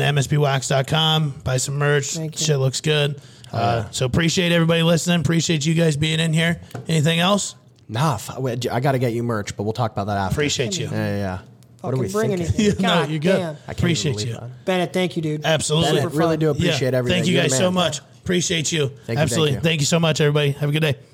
B: MSBWax.com. Buy some merch.
D: Thank you.
B: Shit looks good. Uh, so appreciate everybody listening. Appreciate you guys being in here. Anything else?
C: Nah, f- wait, I got to get you merch, but we'll talk about that after.
B: Appreciate you.
C: Yeah, yeah. yeah. What are
D: Fucking
C: we
D: bring
C: thinking?
D: anything. God
B: you're good.
D: damn.
C: I can't even
B: Appreciate
C: believe
B: you.
C: that.
D: Bennett, thank you, dude.
B: Absolutely.
C: Bennett, really do appreciate everything.
B: Thank you
C: You're the
B: guys so
C: man.
B: much. Appreciate you.
C: you,
B: Absolutely.
C: thank you.
B: thank you so much, everybody. Have a good day.
A: Mm,